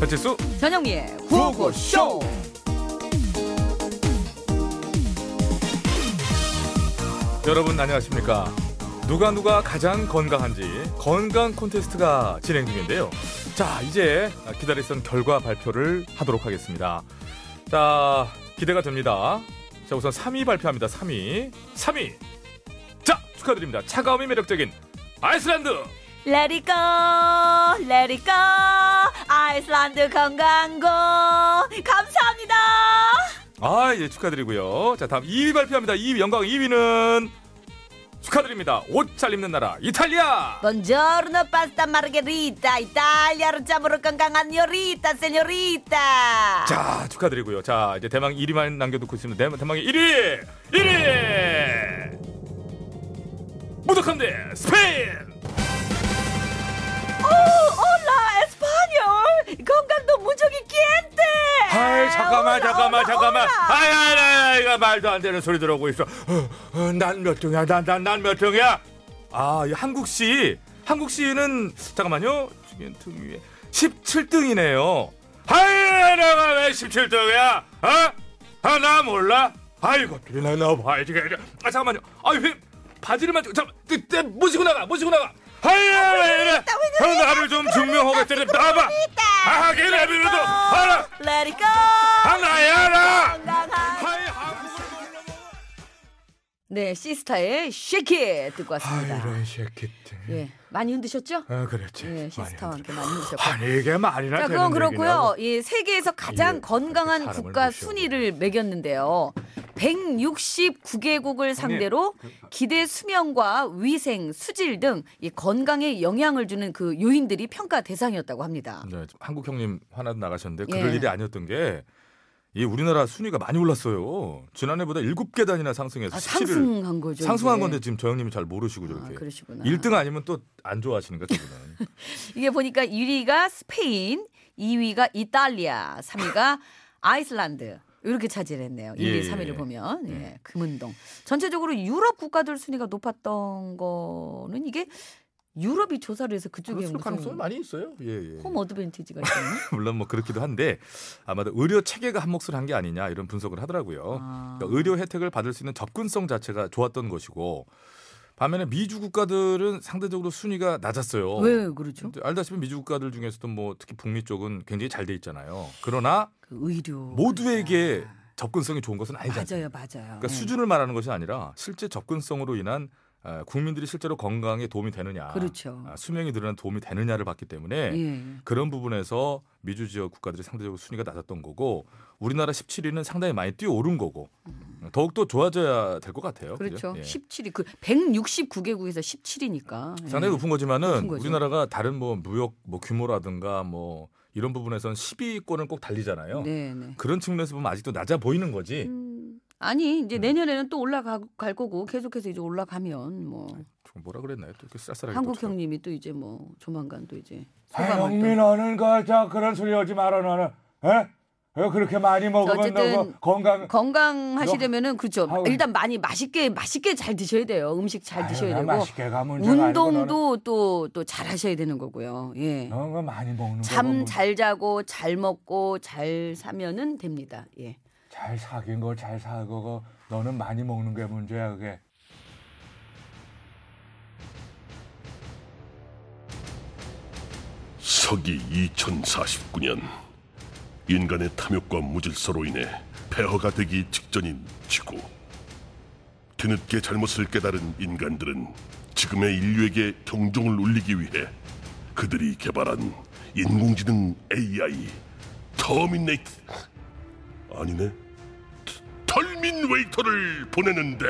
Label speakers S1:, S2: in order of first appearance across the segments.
S1: 배칠수
S2: 전영미의 구호고쇼.
S1: 여러분 안녕하십니까? 누가 누가 가장 건강한지 건강 콘테스트가 진행 중인데요. 자 이제 기다리던 결과 발표를 하도록 하겠습니다. 자 기대가 됩니다. 자 우선 3위 발표합니다. 3위, 3위. 자 축하드립니다. 차가움이 매력적인 아이슬란드.
S2: Let it go, let it go. 아이슬란드 건강고. 감사합니다.
S1: 아, 예, 축하드리고요. 자, 다음 2위 발표합니다. 2위, 영광 2위는 축하드립니다. 옷 잘 입는 나라, 이탈리아!
S2: Buongiorno, pasta margherita. 이탈리아로 짬으로 건강한 요리타, 세뇨리타.
S1: 자, 축하드리고요. 자, 이제 대망 1위만 남겨두고 있습니다. 대망, 대망의 1위! 1위! 무독한 대 스페인!
S2: 올라 에스파뇰. 건강도 무적이 quiente.
S1: 아이, 잠깐만,
S2: 올라,
S1: 잠깐만,
S2: 올라,
S1: 잠깐만.
S2: 올라.
S1: 아이, 아이, 아이, 이거 말도 안 되는 소리 들어오고 있어. 난 몇 등이야, 난, 난, 난 몇 등이야? 아, 이 한국시. 한국시는, 잠깐만요. 중엔 등 위에. 17등이네요. 아이, 내가 왜 17등이야? 어? 아, 나 몰라? 아, 이것들이 나, 나 봐야지. 아, 잠깐만요. 아, 왜 바지를 만지고, 잠깐, 내, 내, 모시고 나가, 모시고 나가. 아이, 왜 이래? 어, 나를 좀 증명하겠다니, 나봐. 아, 하긴 내비로도 알아!
S2: Let it go.
S1: 아, 하나야, 하나!
S2: 건강한
S1: 하이, 한국을 몰라.
S2: 네, 시스타의 쉐키 듣고
S1: 아,
S2: 왔습니다.
S1: 이런 새끼들.
S2: 예, 많이 흔드셨죠?
S1: 아, 그렇지.
S2: 예,
S1: 많이
S2: 시스타와
S1: 힘들어.
S2: 함께 많이 흔드셨고.
S1: 아니, 이게 말이나
S2: 자,
S1: 되는
S2: 그건 그렇고요.
S1: 얘기냐고.
S2: 이 세계에서 가장
S1: 예,
S2: 건강한
S1: 사람을
S2: 국가
S1: 무시하고.
S2: 순위를 매겼는데요. 169개국을 상대로
S1: 그, 아.
S2: 기대 수명과 위생, 수질 등 이 건강에 영향을 주는 그 요인들이 평가 대상이었다고 합니다.
S1: 네, 좀 한국 형님 하나 나가셨는데 그럴
S2: 예.
S1: 일이 아니었던 게. 이 우리나라 순위가 많이 올랐어요. 지난해보다 일곱 계단이나 상승해서
S2: 아,
S1: 17을
S2: 상승한 거죠.
S1: 상승한
S2: 이게.
S1: 건데 지금 저 형님이 잘 모르시고
S2: 아,
S1: 저렇게.
S2: 그러시구나.
S1: 일 1등 아니면 또 안 좋아하시는 거죠, 그분은.
S2: 이게 보니까 1위가 스페인, 2위가 이탈리아, 3위가 아이슬란드. 이렇게 차지했네요. 1,
S1: 예,
S2: 2, 3위를
S1: 예.
S2: 보면 예, 금은동. 전체적으로 유럽 국가들 순위가 높았던 거는 이게 유럽이 조사를 해서 그쪽에
S1: 그럴 가능성이
S2: 무슨
S1: 많이 있어요. 예, 예.
S2: 홈 어드밴티지가 있었나?
S1: 물론 뭐 그렇기도 한데 아마도 의료 체계가 한 몫을 한 게 아니냐 이런 분석을 하더라고요.
S2: 아.
S1: 그러니까 의료 혜택을 받을 수 있는 접근성 자체가 좋았던 것이고 반면에 미주 국가들은 상대적으로 순위가 낮았어요.
S2: 왜 그러죠?
S1: 근데 알다시피 미주 국가들 중에서도 뭐 특히 북미 쪽은 굉장히 잘 돼 있잖아요. 그러나
S2: 그 의료
S1: 모두에게 접근성이 좋은 것은 아니잖아요.
S2: 맞아요, 맞아요.
S1: 그러니까
S2: 예.
S1: 수준을 말하는 것이 아니라 실제 접근성으로 인한 어, 국민들이 실제로 건강에 도움이 되느냐,
S2: 그렇죠.
S1: 아, 수명이 늘어난 도움이 되느냐를 봤기 때문에
S2: 예.
S1: 그런 부분에서 미주 지역 국가들이 상대적으로 순위가 낮았던 거고 우리나라 17위는 상당히 많이 뛰어오른 거고 더욱 더 좋아져야 될 것 같아요.
S2: 음. 그렇죠.
S1: 그죠? 예.
S2: 17위 그 169개국에서 17위니까. 예.
S1: 상당히 높은 거지만은
S2: 높은 거죠.
S1: 우리나라가 다른 뭐 무역 뭐 규모라든가 뭐 이런 부분에선 10위권을 꼭 달리잖아요.
S2: 네, 네.
S1: 그런 측면에서 보면 아직도 낮아 보이는 거지.
S2: 음, 아니 이제
S1: 네.
S2: 내년에는 또 올라갈 거고 계속해서 이제 올라가면 뭐
S1: 좀 뭐라 네, 그랬나요? 또 이렇게 쌀쌀하게
S2: 한국
S1: 또
S2: 형님이 또 이제 뭐 조만간 또 이제
S3: 아,
S2: 소감을 또-
S3: 영민아는 그자 그런 소리 하지 마라 너는. 에? 어, 그렇게 많이 먹으면
S2: 어쨌든
S3: 너그 건강
S2: 건강하시려면은 그렇죠
S3: 아우. 예.
S2: 일단 많이 맛있게 맛있게 잘 드셔야 돼요 음식 잘 드셔야
S3: 아유,
S2: 되고
S3: 나 맛있게 가면 좀 알고
S2: 운동도 또 또 잘 하셔야 되는 거고요 예.
S3: 너는 너는 거 많이 음, 먹는
S2: 예잠
S1: 뭐
S3: 거고
S2: 잘 자고 잘 먹고 잘 사면은 됩니다 예
S3: 잘 사귄 거 잘 사고 거 너는 많이 먹는 게 문제야 그게.
S4: 서기 2049년 인간의 탐욕과 무질서로 인해 폐허가 되기 직전인 지구 뒤늦게 잘못을 깨달은 인간들은 지금의 인류에게 경종을 울리기 위해 그들이 개발한 인공지능 AI 터미네이트 아니네 터- 털민웨이터를 보내는데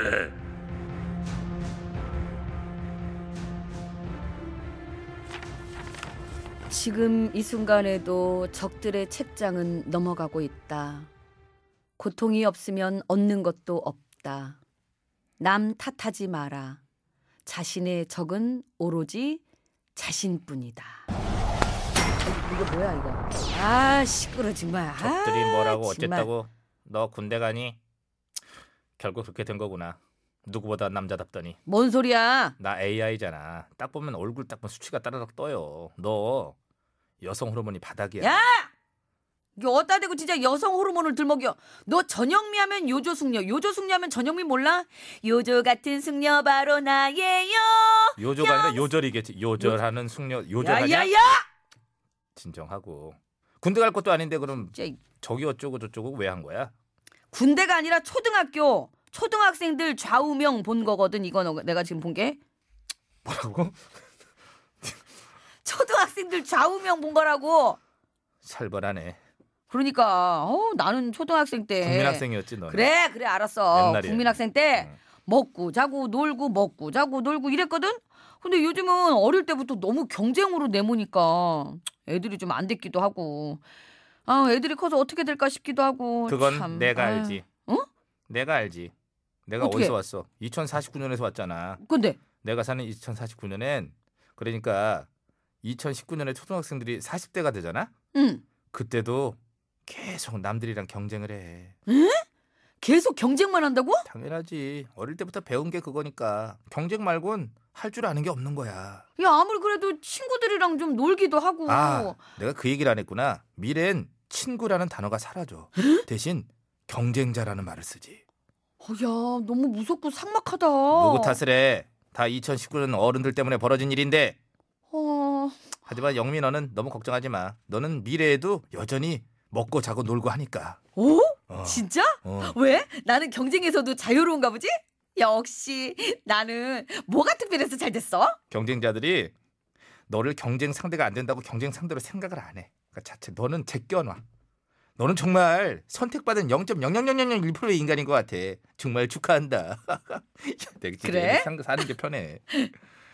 S2: 지금 이 순간에도 적들의 책장은 넘어가고 있다. 고통이 없으면 얻는 것도 없다. 남 탓하지 마라. 자신의 적은 오로지 자신뿐이다. 이게 뭐야 이거? 아 시끄러 정말.
S5: 적들이
S2: 아,
S5: 뭐라고
S2: 정말.
S5: 어쨌다고 너 군대 가니 결국 그렇게 된 거구나 누구보다 남자답더니
S2: 뭔 소리야?
S5: 나 AI잖아 딱 보면 얼굴 딱 보면 수치가 따라락 떠요 너 여성 호르몬이 바닥이야
S2: 야! 이게 어따 대고 진짜 여성 호르몬을 들먹여. 너 전영미 하면 요조 숙녀, 요조 숙녀 하면 전영미 몰라? 요조 같은 숙녀 바로 나예요.
S1: 요조가 아니라 요절이겠지. 요절하는 숙녀 요절하냐?
S2: 야야야!
S1: 진정하고 군대 갈 것도 아닌데 그럼
S2: 진짜 이-
S1: 저기 어쩌고 저쩌고 왜 한 거야?
S2: 군대가 아니라 초등학교. 초등학생들 좌우명 본 거거든 이거 너- 내가 지금 본 게.
S1: 뭐라고?
S2: 초등학생들 좌우명 본 거라고.
S1: 살벌하네.
S2: 그러니까 어, 나는 초등학생 때
S1: 국민학생이었지 음. 너.
S2: 예. 그래 그래 알았어
S1: 옛날이야.
S2: 국민학생 때 먹고 자고 놀고 먹고 자고 놀고 이랬거든 근데 요즘은 어릴 때부터 너무 경쟁으로 내모니까 애들이 좀 안 됐기도 하고 아 애들이 커서 어떻게 될까 싶기도 하고
S1: 그건
S2: 어, 참,
S1: 내가
S2: 아유.
S1: 알지.
S2: 어?
S1: 내가 알지. 내가
S2: 어떻게?
S1: 어디서 왔어? 2049년에서 왔잖아.
S2: 근데
S1: 내가 사는 2049년엔 그러니까 2019년에 초등학생들이 40대가 되잖아.
S2: 응
S1: 그때도 계속 남들이랑 경쟁을 해.
S2: 계속 경쟁만 한다고
S1: 당연하지. 어릴 때부터 배운 게 그거니까. 경쟁 말곤 할 줄 아는 게 없는 거야.
S2: 야 아무리 그래도 친구들이랑 좀 놀기도 하고
S1: 아, 내가 그 얘기를 안 했구나. 미래엔 친구라는 단어가 사라져. 대신 경쟁자라는 말을 쓰지.
S2: 어, 야 너무 무섭고 삭막하다
S1: 누구 탓을 해? 다 2019년 어른들 때문에 벌어진 일인데.
S2: 어,
S1: 하지만 영민 너는 너무 걱정하지 마. 너는 미래에도 여전히 먹고 자고 놀고 하니까.
S2: 오
S1: 어,
S2: 진짜
S1: 어.
S2: 왜? 나는 경쟁에서도 자유로운가 보지? 역시 나는 뭐가 특별해서 잘 됐어?
S1: 경쟁자들이 너를 경쟁 상대가 안 된다고 경쟁 상대로 생각을 안 해. 그러니까 자체 너는 제껴놔. 너는 정말 선택받은 0.00001%의 인간인 것 같아. 정말 축하한다. 내가 진짜
S2: 그래?
S1: 상- 사는 게 편해.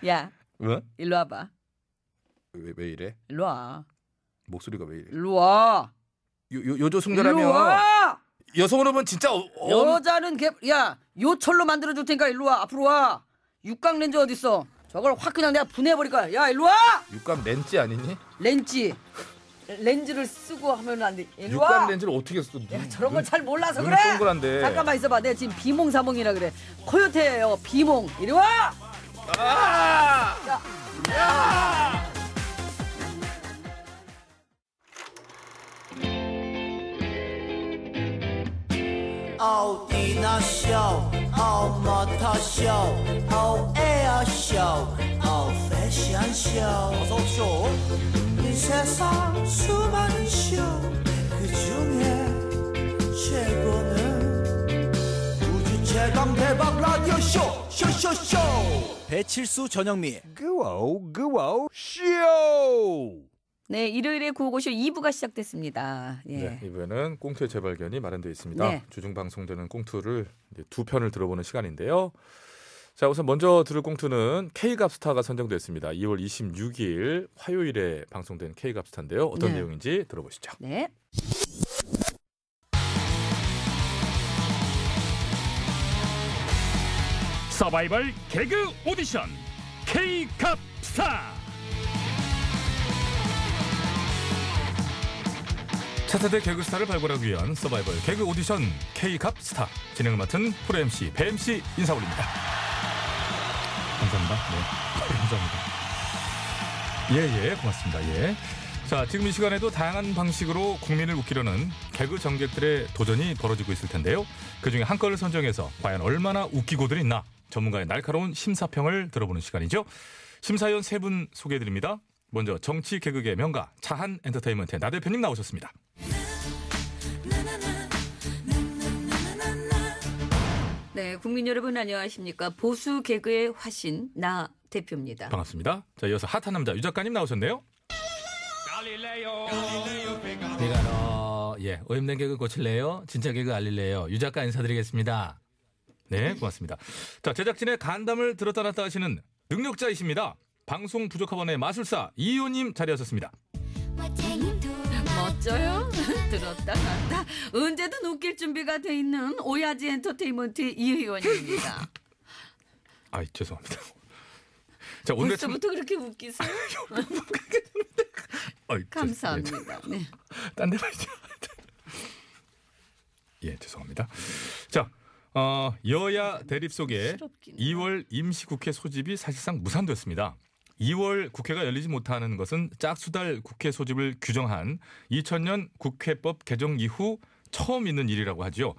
S2: 야,
S1: 왜?
S2: 일로 와봐.
S1: 왜, 왜 이래?
S2: 일로 와.
S1: 목소리가 왜 이래?
S2: 일로 와.
S1: 요, 요, 조승절
S2: 일로
S1: 하면
S2: 와.
S1: 여성으로 보면 진짜 어, 어,
S2: 여자는 개. 야, 요철로 만들어 줄 테니까 일로 와. 앞으로 와. 육각 렌즈 어디 있어? 저걸 확 그냥 내가 분해해 버릴 거야. 야, 일로 와.
S1: 육감 렌즈 아니니?
S2: 렌즈. 렌즈를 쓰고 하면 안 돼. 일로
S1: 육감
S2: 와.
S1: 렌즈를 어떻게 써?
S2: 야, 저런 걸 잘 몰라서
S1: 눈이
S2: 그래.
S1: 동그란데.
S2: 잠깐만 있어봐. 내가 지금 비몽사몽이라 그래. 코요태예요. 비몽. 이리 와.
S1: 아!
S6: all dinner show, all motor show, all air show, all fashion show. 어서 쇼. 이 세상 수많은 쇼, 그 중에 최고는 우주 최강 대박 라디오 쇼, 쇼쇼쇼. 배칠수 전영미.
S2: 네, 일요일에 구호고쇼 2부가 시작됐습니다. 예.
S7: 네, 이번에는 꽁투의 재발견이 마련되어 있습니다.
S2: 네.
S7: 주중 방송되는 꽁투를 이제 두 편을 들어보는 시간인데요. 자, 우선 먼저 들을 꽁투는 K갑스타가 선정됐습니다. 2월 26일 화요일에 방송된 K갑스타인데요. 어떤
S2: 네.
S7: 내용인지 들어보시죠.
S2: 네.
S8: 서바이벌 개그 오디션 K컵 스타
S7: 차세대 개그스타를 발굴하기 위한 서바이벌 개그 오디션 K갑스타 진행을 맡은 프로 MC 배 MC 인사올입니다. 감사합니다. 네, 감사합니다. 예예 고맙습니다. 예. 자 지금 이 시간에도 다양한 방식으로 국민을 웃기려는 개그 정객들의 도전이 벌어지고 있을 텐데요. 그 중에 한 건을 선정해서 과연 얼마나 웃기고들 있나 전문가의 날카로운 심사평을 들어보는 시간이죠. 심사위원 세 분 소개해드립니다. 먼저 정치 개그계 명가 차한 엔터테인먼트의 나 대표님 나오셨습니다.
S2: 네, 국민 여러분 안녕하십니까? 보수 개그의 화신 나 대표입니다.
S7: 반갑습니다. 자 이어서 핫한 남자 유 작가님 나오셨네요.
S1: 내가 어, 예, 오염된 개그 고칠래요? 진짜 개그 알릴래요? 유 작가 인사드리겠습니다.
S7: 네 고맙습니다. 자 제작진의 간담을 들었다 놨다 하시는 능력자이십니다. 방송 부족학원의 마술사 이효님 자리하셨습니다.
S2: 멋져요. 들었다 놨다 언제든 웃길 준비가 돼 있는 오야지 엔터테인먼트 이 의원입니다.
S7: 아 죄송합니다. 자 오늘의 참...
S2: 벌써부터 그렇게 웃기세요?
S7: 어이, 예, 죄-
S2: 감사합니다. 네.
S7: 예, 딴데 말이죠. 예 죄송합니다. 자 어, 여야 대립 속에
S2: 시럽긴 해요.
S7: 2월 임시국회 소집이 사실상 무산됐습니다. 2월 국회가 열리지 못하는 것은 짝수달 국회 소집을 규정한 2000년 국회법 개정 이후 처음 있는 일이라고 하죠.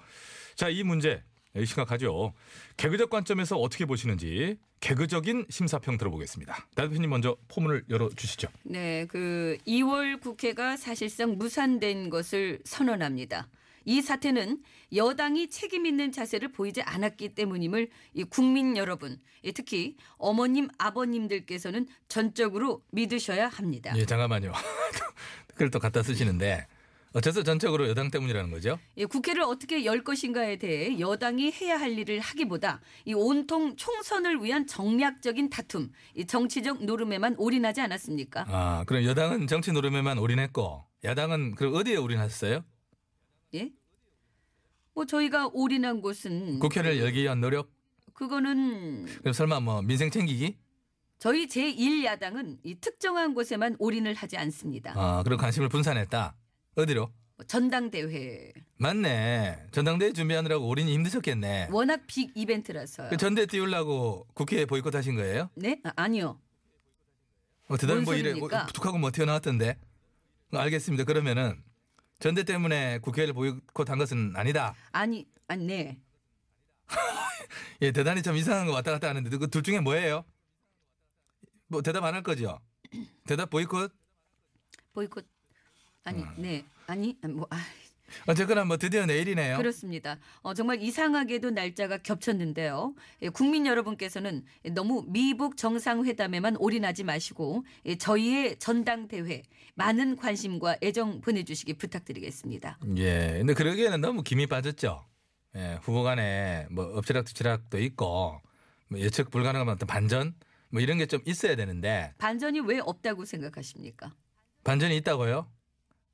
S7: 자, 이 문제 예, 심각하죠. 개그적 관점에서 어떻게 보시는지 개그적인 심사평 들어보겠습니다. 나 대표님 먼저 포문을 열어 주시죠.
S2: 네, 그 2월 국회가 사실상 무산된 것을 선언합니다. 이 사태는 여당이 책임 있는 자세를 보이지 않았기 때문임을 이 국민 여러분, 예, 특히 어머님, 아버님들께서는 전적으로 믿으셔야 합니다.
S7: 예, 잠깐만요. 댓글 또 갖다 쓰시는데 어째서 전적으로 여당 때문이라는 거죠?
S2: 예, 국회를 어떻게 열 것인가에 대해 여당이 해야 할 일을 하기보다 이 온통 총선을 위한 정략적인 다툼, 이 정치적 노름에만 올인하지 않았습니까?
S7: 아, 그럼 여당은 정치 노름에만 올인했고 야당은 그럼 어디에 올인하셨어요?
S2: 예? 뭐 저희가 올인한 곳은
S7: 국회를 열기 위한 노력?
S2: 그거는
S7: 그럼 설마 뭐 민생 챙기기?
S2: 저희 제1야당은 이 특정한 곳에만 올인을 하지 않습니다.
S7: 아, 그리고 관심을 분산했다. 어디로?
S2: 뭐 전당대회
S7: 맞네. 전당대회 준비하느라고 올인이 힘드셨겠네.
S2: 워낙 빅 이벤트라서요.
S7: 그 전대 띄우려고 국회에 보이콧하신 거예요?
S2: 네? 아, 니요
S7: 어, 대단히
S2: 뭔
S7: 뭐 이래
S2: 소리입니까?
S7: 어, 툭하고 뭐 튀어나왔던데. 어, 알겠습니다. 그러면은 전대 때문에 국회를 보이콧한 것은 아니다.
S2: 아니, 아니 네.
S7: 예, 대단히 참 이상한 거 왔다 갔다 하는데 그 둘 중에 뭐예요? 뭐 대답 안 할 거죠? 대답 보이콧?
S2: 보이콧 아니,
S7: 음.
S2: 네. 아니, 뭐 아,
S7: 어쨌거나 뭐 드디어 내일이네요.
S2: 그렇습니다. 어, 정말 이상하게도 날짜가 겹쳤는데요. 예, 국민 여러분께서는 너무 미북 정상회담에만 올인하지 마시고 예, 저희의 전당대회 많은 관심과 애정 보내주시기 부탁드리겠습니다.
S7: 예, 근데 그러기에는 너무 김이 빠졌죠. 예, 후보 간에 뭐 엎치락뒤치락도 있고 뭐 예측 불가능한 어떤 반전 뭐 이런 게 좀 있어야 되는데
S2: 반전이 왜 없다고 생각하십니까?
S7: 반전이 있다고요?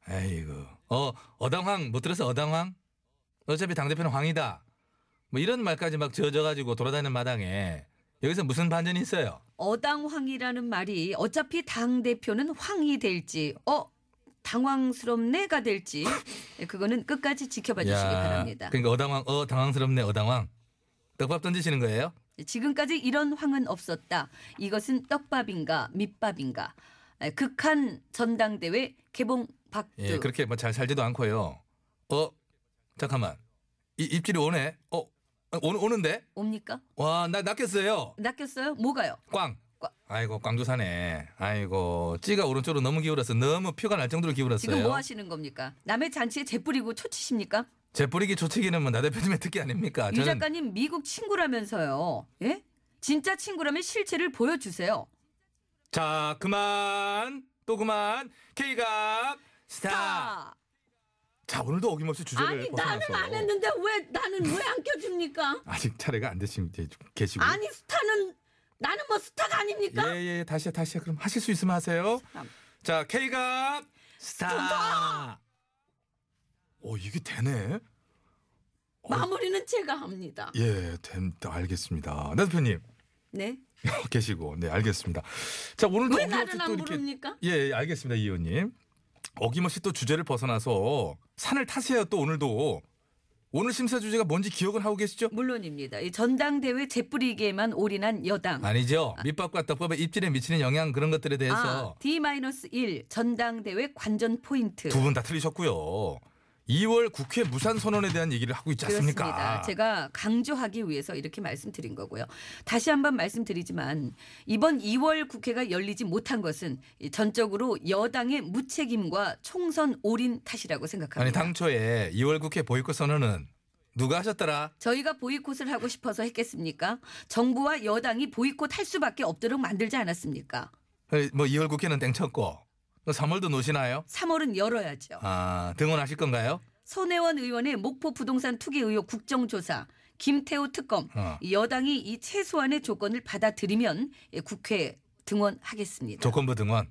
S7: 아이고, 어 어당황 못 들었어 어당황? 어차피 당 대표는 황이다. 뭐 이런 말까지 막 지어져가지고 돌아다니는 마당에 여기서 무슨 반전이 있어요?
S2: 어당황이라는 말이 어차피 당 대표는 황이 될지 어 당황스럽네가 될지 예, 그거는 끝까지 지켜봐 주시기 바랍니다.
S7: 그러니까 어당황, 어 당황스럽네 어당황. 떡밥 던지시는 거예요?
S2: 지금까지 이런 황은 없었다. 이것은 떡밥인가 밑밥인가 에, 극한 전당대회 개봉 박두
S7: 예, 그렇게 뭐 잘 살지도 않고요. 어, 잠깐만. 이 입질이 오네. 어, 어, 오는 오는데?
S2: 옵니까?
S7: 와, 나 낚였어요.
S2: 낚였어요? 뭐가요?
S7: 꽝.
S2: 꽝.
S7: 아이고, 꽝조사네. 아이고, 찌가 오른쪽으로 너무 기울었어. 너무 피가 날 정도로 기울었어요.
S2: 지금 뭐 하시는 겁니까? 남의 잔치에 재 뿌리고 초치십니까?
S7: 재뿌리기 조치기는 뭐나 대표님의 특기 아닙니까?
S2: 유 작가님 미국 친구라면서요. 예? 진짜 친구라면 실체를 보여주세요.
S7: 자, 그만. 또 그만. K갑 스타.
S2: 다.
S7: 자, 오늘도 어김없이 주제를
S2: 아니
S7: 뭐
S2: 나는
S7: 벗어나서.
S2: 안 했는데 왜 나는 왜 안 껴줍니까?
S7: 아직 차례가 안 되신 계시고.
S2: 아니 스타는 나는 뭐 스타가 아닙니까?
S7: 예, 예, 다시, 다시. 그럼 하실 수 있으면 하세요.
S2: 참.
S7: 자, K가 스타. 오, 이게 되네. 어.
S2: 마무리는 제가 합니다.
S7: 예, 된다. 알겠습니다. 나 대표님
S2: 네?
S7: 계시고, 네, 알겠습니다. 자, 오늘도
S2: 왜
S7: 예. 어김없이
S2: 나를
S7: 또
S2: 안
S7: 이렇게-
S2: 부릅니까?
S7: 예, 예, 알겠습니다, 이 의원님. 어김없이 또 주제를 벗어나서 산을 타세요. 또 오늘도 오늘 심사 주제가 뭔지 기억을 하고 계시죠?
S2: 물론입니다. 이 전당대회 재뿌리기에만 올인한 여당.
S7: 아니죠. 밑밥과 떡밥의 입질에 미치는 영향 그런 것들에
S2: 아,
S7: 대해서
S2: D-1 전당대회 관전 포인트.
S7: 두 분 다 틀리셨고요. 2월 국회 무산 선언에 대한 얘기를 하고 있지 않습니까?
S2: 그렇습니다. 제가 강조하기 위해서 이렇게 말씀드린 거고요. 다시 한번 말씀드리지만 이번 2월 국회가 열리지 못한 것은 이 전적으로 여당의 무책임과 총선 올인 탓이라고 생각합니다.
S7: 아니 당초에 2월 국회 보이콧 선언은 누가 하셨더라?
S2: 저희가 보이콧을 하고 싶어서 했겠습니까? 정부와 여당이 보이콧할 수밖에 없도록 만들지 않았습니까?
S7: 뭐 2월 국회는 땡쳤고 3월도 노시나요?
S2: 3월은 열어야죠.
S7: 아 등원하실 건가요?
S2: 손혜원 의원의 목포 부동산 투기 의혹 국정조사, 김태호 특검,
S7: 어.
S2: 이 여당이 이 최소한의 조건을 받아들이면 예, 국회 등원하겠습니다.
S7: 조건부 등원.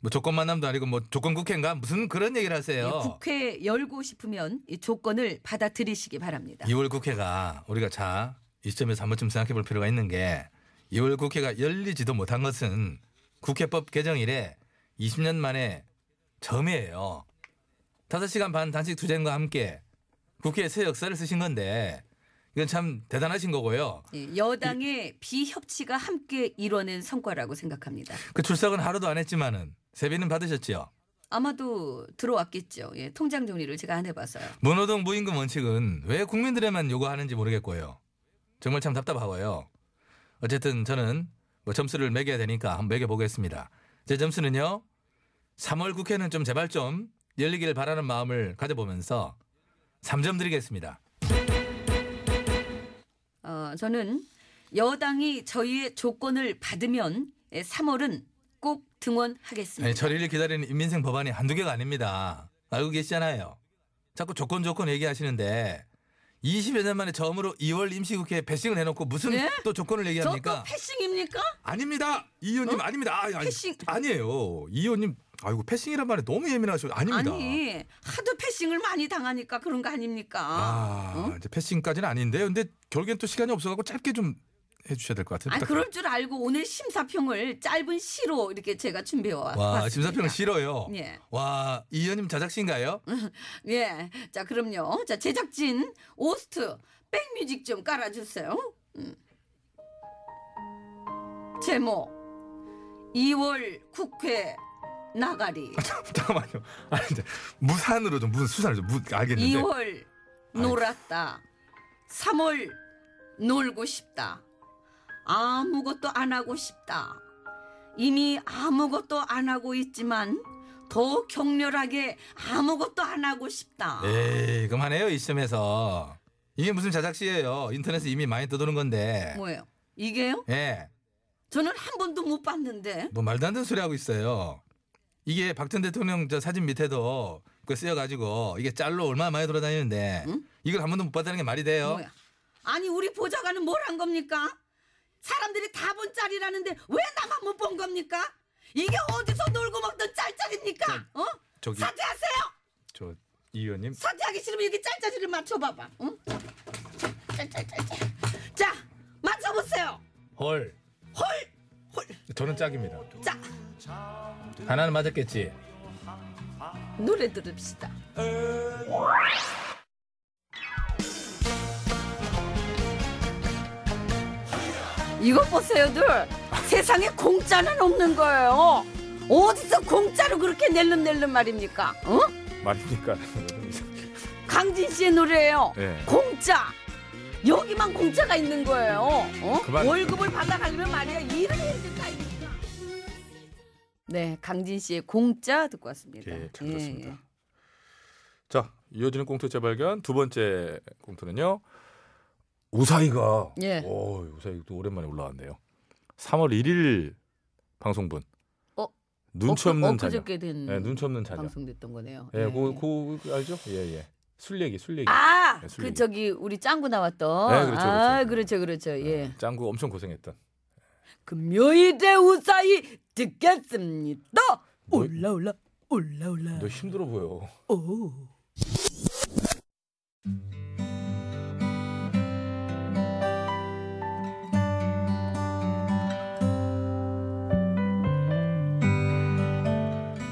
S7: 뭐 조건 만남도 아니고 뭐 조건 국회인가 무슨 그런 얘기를
S2: 예,
S7: 하세요.
S2: 국회 열고 싶으면 이 조건을 받아들이시기 바랍니다.
S7: 2월 국회가 우리가 자 이 시점에서 한 번쯤 생각해 볼 필요가 있는 게 2월 국회가 열리지도 못한 것은 국회법 개정 이래 20년 만에 처음이에요. 5시간 반 단식 투쟁과 함께 국회의 새 역사를 쓰신 건데 이건 참 대단하신 거고요.
S2: 예, 여당의 비협치가 함께 이뤄낸 성과라고 생각합니다.
S7: 그 출석은 하루도 안 했지만은 세비는 받으셨지요.
S2: 아마도 들어왔겠죠. 예, 통장 정리를 제가 안 해봐서요.
S7: 문호동 무임금 원칙은 왜 국민들에만 요구하는지 모르겠고요. 정말 참 답답하고요. 어쨌든 저는 뭐 점수를 매겨야 되니까 한번 매겨보겠습니다. 제 점수는요. 3월 국회는 좀 제발 좀 열리기를 바라는 마음을 가져보면서 3점 드리겠습니다.
S2: 어, 저는 여당이 저희의 조건을 받으면 예, 3월은 꼭 등원하겠습니다.
S7: 아니, 저리를 기다리는 인민생 법안이 한두 개가 아닙니다. 알고 계시잖아요. 자꾸 조건 조건 얘기하시는데 20여 년 만에 처음으로 2월 임시국회에 패싱을 해놓고 무슨
S2: 네?
S7: 또 조건을
S2: 저또
S7: 얘기합니까?
S2: 패싱입니까? 어?
S7: 아닙니다. 이 의원님 아닙니다. 아, 아니,
S2: 패싱.
S7: 아니에요. 이 의원님 아이고 패싱이란 말에 너무 예민하셔. 아닙니다.
S2: 아니 하도 패싱을 많이 당하니까 그런 거 아닙니까?
S7: 아,
S2: 어?
S7: 이제 패싱까지는 아닌데 근데 결국엔 또 시간이 없어갖고 짧게 좀 해주셔야 될 것 같아요.
S2: 아
S7: 부탁드려요.
S2: 그럴 줄 알고 오늘 심사평을 짧은 시로 이렇게 제가 준비해 왔습니다.
S7: 와 심사평을 싫어요.
S2: 예.
S7: 와 이현님 자작시인가요?
S2: 예, 자 그럼요. 자 제작진 오스트 백뮤직 좀 깔아주세요. 음. 제목 2월 국회 나가리
S7: 아, 잠깐만요. 아니 이제 무산으로 좀 무슨 수산을 좀 무, 알겠는데.
S2: 2월 놀았다 3월 놀고 싶다 아무것도 안 하고 싶다 이미 아무것도 안 하고 있지만 더 격렬하게 아무것도 안 하고 싶다
S7: 네. 에이 그만해요 이 시점에서 이게 무슨 자작시예요? 인터넷에 이미 많이 떠도는 건데.
S2: 뭐예요 이게요?
S7: 예.
S2: 저는 한 번도 못 봤는데
S7: 뭐 말도 안 되는 소리 하고 있어요. 이게 박 전 대통령 저 사진 밑에도 그 쓰여가지고 이게 짤로 얼마나 많이 돌아다니는데
S2: 응?
S7: 이걸 한 번도 못 봤다는 게 말이 돼요?
S2: 뭐야? 아니 우리 보좌관은 뭘 한 겁니까? 사람들이 다 본 짤이라는데 왜 나만 못 본 겁니까? 이게 어디서 놀고 먹던 짤짤입니까? 어?
S7: 네. 저기
S2: 사퇴하세요!
S7: 저 이의원님
S2: 사퇴하기 싫으면 여기 짤짤이를 맞춰봐봐. 응? 짤짤짤짤. 자 맞춰보세요.
S7: 헐
S2: 헐. 헐.
S7: 저는 짝입니다.
S2: 자
S7: 하나는 맞았겠지.
S2: 노래 들읍시다. 이거 보세요들 세상에 공짜는 없는 거예요. 어디서 공짜로 그렇게 낼름낼름 말입니까? 어?
S1: 말입니까?
S2: 강진 씨의 노래예요.
S1: 예.
S2: 공짜. 여기만 공짜가 있는 거예요. 어?
S1: 그만.
S2: 월급을 받아가려면 말이야 일을 해야 된다 이니까. 네, 강진 씨의 공짜 듣고 왔습니다.
S1: 예, 잘 들었습니다. 자, 이어지는 꽁트 재발견 두 번째 꽁트는요. 우사이가
S2: 예.
S1: 오, 우사이 또 오랜만에 올라왔네요. 3월 1일 방송분.
S2: 어?
S1: 눈치 없는 자녀.
S2: 엊그저께 된
S1: 예, 눈치 없는 자녀.
S2: 방송됐던 거네요.
S1: 예,
S2: 네.
S1: 그, 그, 그 알죠? 예, 예. 술래기, 술래기.
S2: 아,
S1: 예, 술래기.
S2: 그 저기 우리 짱구 나왔던.
S1: 네, 그렇죠,
S2: 아,
S1: 그렇죠.
S2: 그렇죠, 그렇죠. 예.
S1: 짱구 엄청 고생했던.
S2: 금요일에 우사히 듣겠습니다.
S1: 너-
S2: 올라올라, 올라올라.
S1: 너 힘들어 보여.
S2: 오.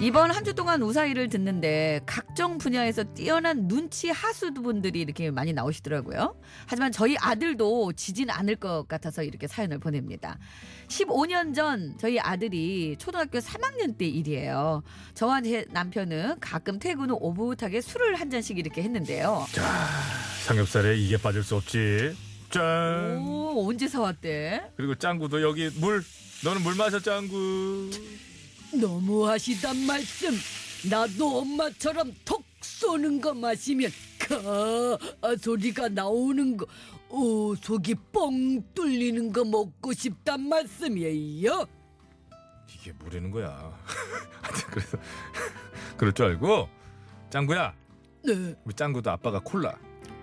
S2: 이번 한 주 동안 우사이를 듣는데 각종 분야에서 뛰어난 눈치 하수분들이 이렇게 많이 나오시더라고요. 하지만 저희 아들도 지진 않을 것 같아서 이렇게 사연을 보냅니다. 15년 전 저희 아들이 초등학교 3학년 때 일이에요. 저와 제 남편은 가끔 퇴근 후 오붓하게 술을 한 잔씩 이렇게 했는데요.
S8: 삼겹살에 이게 빠질 수 없지. 짠.
S2: 오, 언제 사왔대?
S1: 그리고 짱구도 여기 물. 너는 물 마셔, 짱구.
S2: 너무하시단 말씀. 나도 엄마처럼 톡 쏘는 거 마시면 가 아, 소리가 나오는 거, 오 속이 뻥 뚫리는 거 먹고 싶단 말씀이에요.
S1: 이게 뭐라는 거야. 하여튼 그래서 그럴 줄 알고 뭐? 짱구야.
S2: 네.
S1: 우리 짱구도 아빠가 콜라.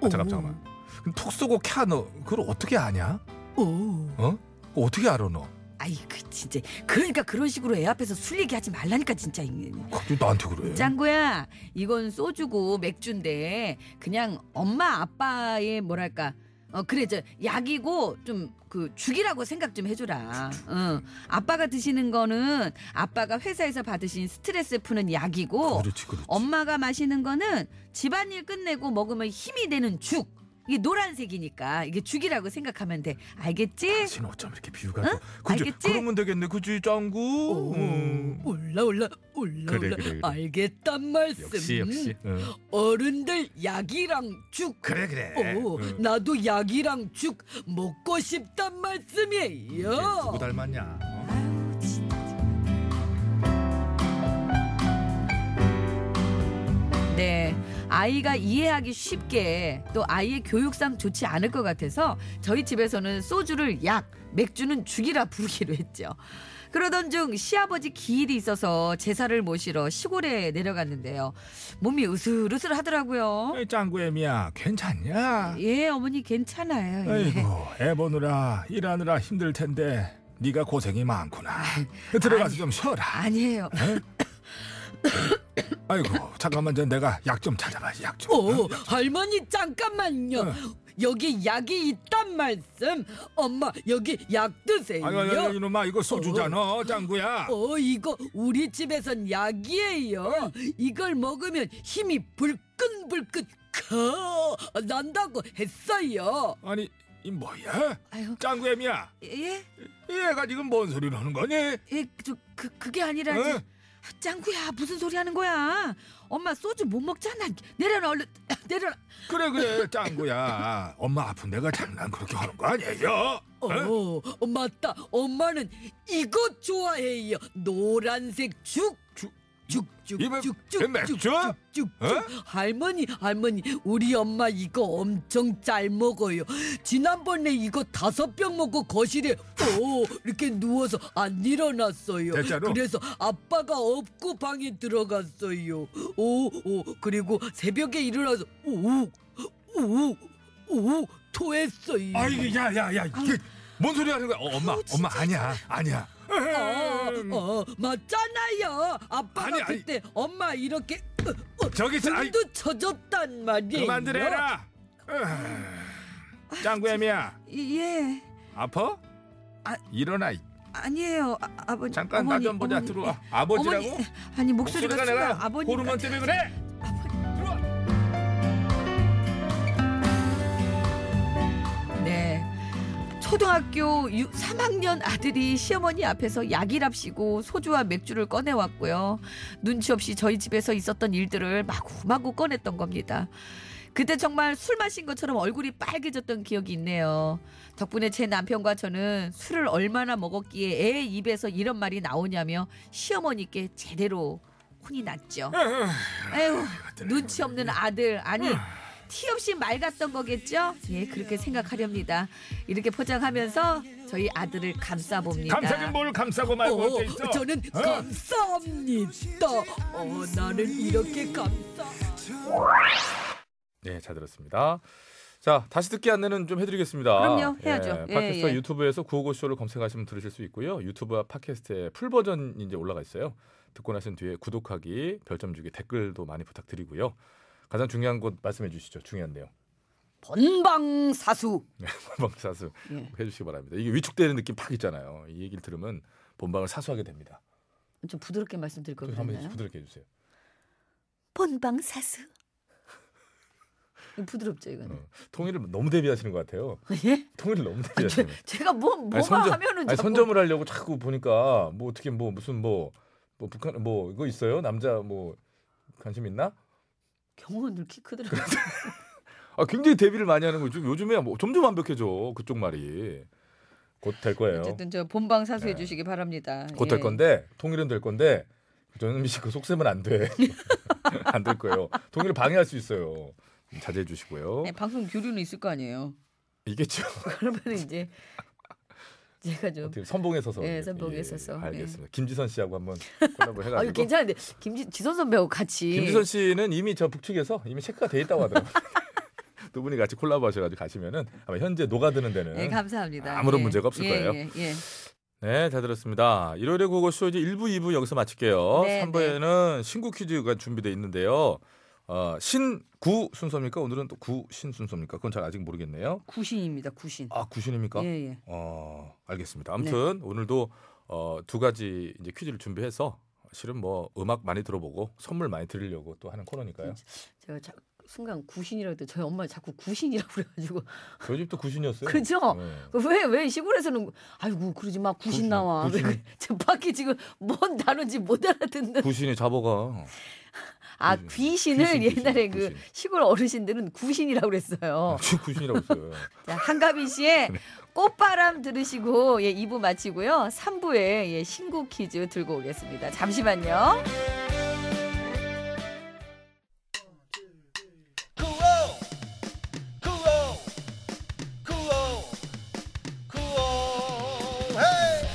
S1: 아, 잠깐 잠깐만. 그럼 톡 쏘고 캬너 그걸 어떻게 아냐?
S2: 오.
S1: 어? 그거 어떻게 알아 너?
S2: 아이고 진짜 그러니까 그런 식으로 애 앞에서 술 얘기하지 말라니까 진짜.
S1: 갑자기 나한테 그래.
S2: 짱구야 이건 소주고 맥주인데 그냥 엄마 아빠의 뭐랄까 어 그래 저 약이고 좀 그 죽이라고 생각 좀 해줘라. 응. 아빠가 드시는 거는 아빠가 회사에서 받으신 스트레스 푸는 약이고
S1: 그렇지 그렇지.
S2: 엄마가 마시는 거는 집안일 끝내고 먹으면 힘이 되는 죽. 이게 노란색이니까 이게 죽이라고 생각하면 돼. 알겠지?
S1: 당신 어쩜 이렇게 비유가 응?
S2: 알겠지?
S1: 그러면 되겠네 그지 짱구 음.
S2: 올라 올라 올라
S1: 그래,
S2: 올라.
S1: 그래, 그래.
S2: 알겠단 말씀.
S1: 역시 역시 응.
S2: 어른들 약이랑 죽.
S1: 그래 그래
S2: 오,
S1: 응.
S2: 나도 약이랑 죽 먹고 싶단 말씀이에요.
S1: 누구 닮았냐 어?
S2: 네. 아이가 이해하기 쉽게 또 아이의 교육상 좋지 않을 것 같아서 저희 집에서는 소주를 약, 맥주는 죽이라 부르기로 했죠. 그러던 중 시아버지 기일이 있어서 제사를 모시러 시골에 내려갔는데요. 몸이 으슬으슬 하더라고요.
S1: 어? 에이, 짱구 애미야 괜찮냐
S2: 예, 어머니 괜찮아요. 예.
S1: 아이고 애 보느라 일하느라 힘들 텐데 네가 고생이
S2: 아,
S1: 많구나 그 들어가서 좀 쉬어라
S2: 아니에요.
S1: 아이고 잠깐만 전 내가 약 좀 찾아봐야지
S2: 어,
S1: 약좀
S9: 오, 할머니 잠깐만요.
S1: 네.
S9: 여기 약이 있단 말씀. 엄마 여기 약 드세요.
S1: 아이고 아이고, 이놈아 이거 소주잖아 짱구야
S9: 어, 이거 우리 집에선 약이에요. 이걸 먹으면 힘이 불끈불끈 커 난다고 했어요.
S1: 아니 이 뭐야
S2: 아유,
S1: 짱구 애미야
S2: 예?
S1: 얘가 지금 뭔 소리를 하는 거니
S2: 예, 저, 그, 그게 아니라.
S1: 응?
S2: 아, 짱구야 무슨 소리 하는 거야? 엄마 소주 못 먹잖아. 내려놔 얼른 내려놔.
S1: 그래 그래 짱구야 엄마 아픈 데가 장난 그렇게 하는 거 아니에요
S2: 뭐.
S1: 응?
S9: 어, 맞다. 엄마는 이거 좋아해요. 노란색 죽.
S1: 죽? 이거 맥주?
S9: 쭉쭉쭉쭉쭉쭉
S1: 어?
S9: 할머니 할머니 우리 엄마 이거 엄청 잘 먹어요 지난번에 이거 다섯 병 먹고 거실에 오 이렇게 누워서 안 일어났어요
S1: 대자로?
S9: 그래서 아빠가 업고 방에 들어갔어요 오 오 그리고 새벽에 일어나서 오오오 오, 토했어요
S1: 아이고 야야야 이게 뭔 소리 하는 거야 어, 엄마 엄마 아니야 아니야 음.
S9: 어, 어, 맞잖아요. 아빠가
S1: 아니, 아니.
S9: 그때 엄마 이렇게 어, 어,
S1: 저기 있어, 아이.
S9: 등도 쳐줬단 말이에요.
S1: 그만들해라
S2: 아,
S1: 짱구애미야
S2: 예
S1: 아파?
S2: 아.
S1: 일어나 이-
S2: 아니에요 아, 아버지.
S1: 잠깐 나
S2: 어머니,
S1: 좀 보자
S2: 어머니. 예,
S1: 들어와 아버지라고?
S2: 어머니, 아니
S1: 목소리가
S2: 목소리가, 순간
S1: 내가
S2: 아버님
S1: 호르몬
S2: 같아.
S1: 때문에 그래
S2: 네. 초등학교 6, 3학년 아들이 시어머니 앞에서 약이랍시고 소주와 맥주를 꺼내왔고요. 눈치 없이 저희 집에서 있었던 일들을 마구마구 꺼냈던 겁니다. 그때 정말 술 마신 것처럼 얼굴이 빨개졌던 기억이 있네요. 덕분에 제 남편과 저는 술을 얼마나 먹었기에 애 입에서 이런 말이 나오냐며 시어머니께 제대로 혼이
S1: 아,
S2: 났죠. 에휴, 눈치 없는 아들. 아니, 티 없이 맑았던 거겠죠? 예, 그렇게 생각하렵니다. 이렇게 포장하면서 저희 아들을 감싸봅니다.
S1: 감싸긴 뭘 감싸고 말고
S9: 어,
S1: 어째 있어
S9: 저는 감사합니다. 어, 나는 이렇게 감사.
S1: 네, 잘 들었습니다. 자, 다시 듣기 안내는 좀 해드리겠습니다.
S2: 그럼요, 해야죠.
S1: 예,
S2: 예,
S1: 팟캐스트
S2: 예.
S1: 유튜브에서 구호고 쇼를 검색하시면 들으실 수 있고요. 유튜브와 팟캐스트에 풀 버전 이제 올라가 있어요. 듣고 나신 뒤에 구독하기, 별점 주기, 댓글도 많이 부탁드리고요. 가장 중요한 곳 말씀해 주시죠. 중요한 내용. 네,
S10: 본방사수.
S1: 본방사수 해주시기 바랍니다. 이게 위축되는 느낌 팍 있잖아요. 이 얘기를 들으면 본방을 사수하게 됩니다.
S10: 좀 부드럽게 말씀드릴 걸
S1: 좀 한번
S10: 그랬나요?
S1: 부드럽게 해주세요.
S10: 본방사수. 이거 부드럽죠 이거는.
S1: 어. 통일을 너무 대비하시는 것 같아요.
S10: 예?
S1: 통일을 너무 대비하시는 것 같아요.
S10: 제가 뭐 뭐가
S1: 아니, 선점-
S10: 하면은
S1: 아니,
S10: 자꾸
S1: 선점을 하려고 자꾸 보니까 뭐 어떻게 뭐 무슨 뭐, 뭐 북한 뭐 이거 있어요 남자 뭐 관심 있나?
S10: 경호원들 키 크더라고요.
S1: 아 굉장히 대비를 많이 하는 거죠. 요즘에 뭐 점점 완벽해져 그쪽 말이 곧 될 거예요.
S10: 어쨌든 저 본방 사수해
S1: 네.
S10: 주시기 바랍니다.
S1: 곧 될
S10: 예.
S1: 건데 통일은 될 건데 저는 미식 그 속셈은 안 돼. 안 될 거예요. 통일을 방해할 수 있어요. 자제해 주시고요.
S10: 네, 방송 교류는 있을 거 아니에요.
S1: 이겠죠.
S10: 그러면 이제 제가 좀
S1: 어떻게 선봉에 서서.
S10: 예, 선봉에 서서, 예.
S1: 알겠습니다. 김지선 씨하고 한번 콜라보 해가지고.
S10: 아유 괜찮은데 김지 지선 선배하고 같이
S1: 김지선 씨는 이미 저 북측에서 이미 체크가 돼 있다고 하더라고요. 두 분이 같이 콜라보 하셔가지고 가시면은 아마 현재 녹아드는 데는
S10: 예, 감사합니다.
S1: 아무런
S10: 예.
S1: 문제가 없을
S10: 예,
S1: 거예요.
S10: 예, 예.
S1: 네, 잘 들었습니다. 일요일에 고고쇼 이제 1부, 2부 여기서 마칠게요.
S10: 네,
S1: 3부에는 신구 퀴즈가 준비돼 있는데요. 어, 신구 순서입니까? 오늘은 또 구신 순서입니까? 그건 잘 아직 모르겠네요.
S10: 구신입니다. 구신.
S1: 아, 구신입니까?
S10: 예, 예. 네.
S1: 어, 알겠습니다. 아무튼 오늘도 어, 두 가지 이제 퀴즈를 준비해서 실은 뭐 음악 많이 들어보고 선물 많이 드리려고 또 하는 코너니까요.
S10: 그렇죠.
S2: 제가 자, 순간 구신이라고 했더니 저희 엄마 자꾸 구신이라고 그래가지고
S1: 저희 집도 구신이었어요.
S10: 그렇죠.
S2: 그죠?
S1: 네.
S2: 왜 왜 시골에서는 아이고 그러지 마 구신
S1: 구신,
S2: 나와
S1: 구신.
S2: 왜 그래? 저 밖에 지금 뭔 단어인지 못 알아듣는
S1: 구신이 잡아가.
S2: 아
S1: 구신.
S2: 귀신을
S1: 네. 귀신, 귀신,
S2: 옛날에
S1: 구신.
S2: 그 시골 어르신들은 구신이라고 그랬어요.
S1: 지금 구신이라고 있어요.
S2: 자, 한가빈 씨의 꽃바람 들으시고 예, 2부 마치고요. 3부에 예, 신곡 퀴즈 들고 오겠습니다. 잠시만요.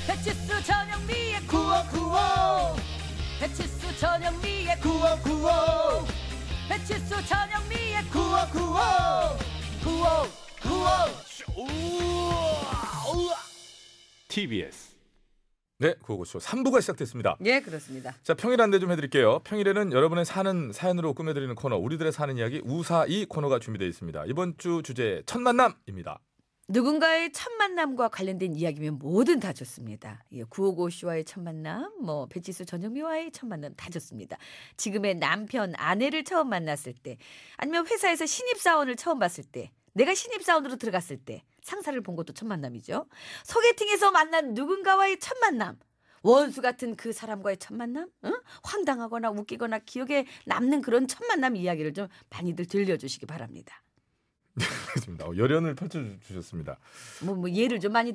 S2: 배치수 전영미의 구호 구호 배치수 전영미의 구호 구호 배치수 전영미의 구호
S1: TBS. 네, 구호고쇼 3부가 시작됐습니다.
S2: 예 그렇습니다.
S1: 자, 평일 안내 좀 해드릴게요. 평일에는 여러분의 사는 사연으로 꾸며드리는 코너, 우리들의 사는 이야기 우사이 코너가 준비되어 있습니다. 이번 주 주제 첫 만남입니다.
S2: 누군가의 첫 만남과 관련된 이야기면 뭐든 다 좋습니다. 예, 구호고 씨와의 첫 만남, 뭐 배치수 전영미와의 첫 만남 다 좋습니다. 지금의 남편, 아내를 처음 만났을 때, 아니면 회사에서 신입 사원을 처음 봤을 때, 내가 신입 사원으로 들어갔을 때, 상사를 본 것도 첫 만남이죠. 소개팅에서 만난 누군가와의 첫 만남. 원수 같은 그 사람과의 첫 만남? 응? 황당하거나 웃기거나 기억에 남는 그런 첫 만남 이야기를 좀 많이들 들려주시기 바랍니다.
S1: 그렇습니다. 어, 열연을 펼쳐주셨습니다.
S2: 뭐, 뭐 예를 좀 많이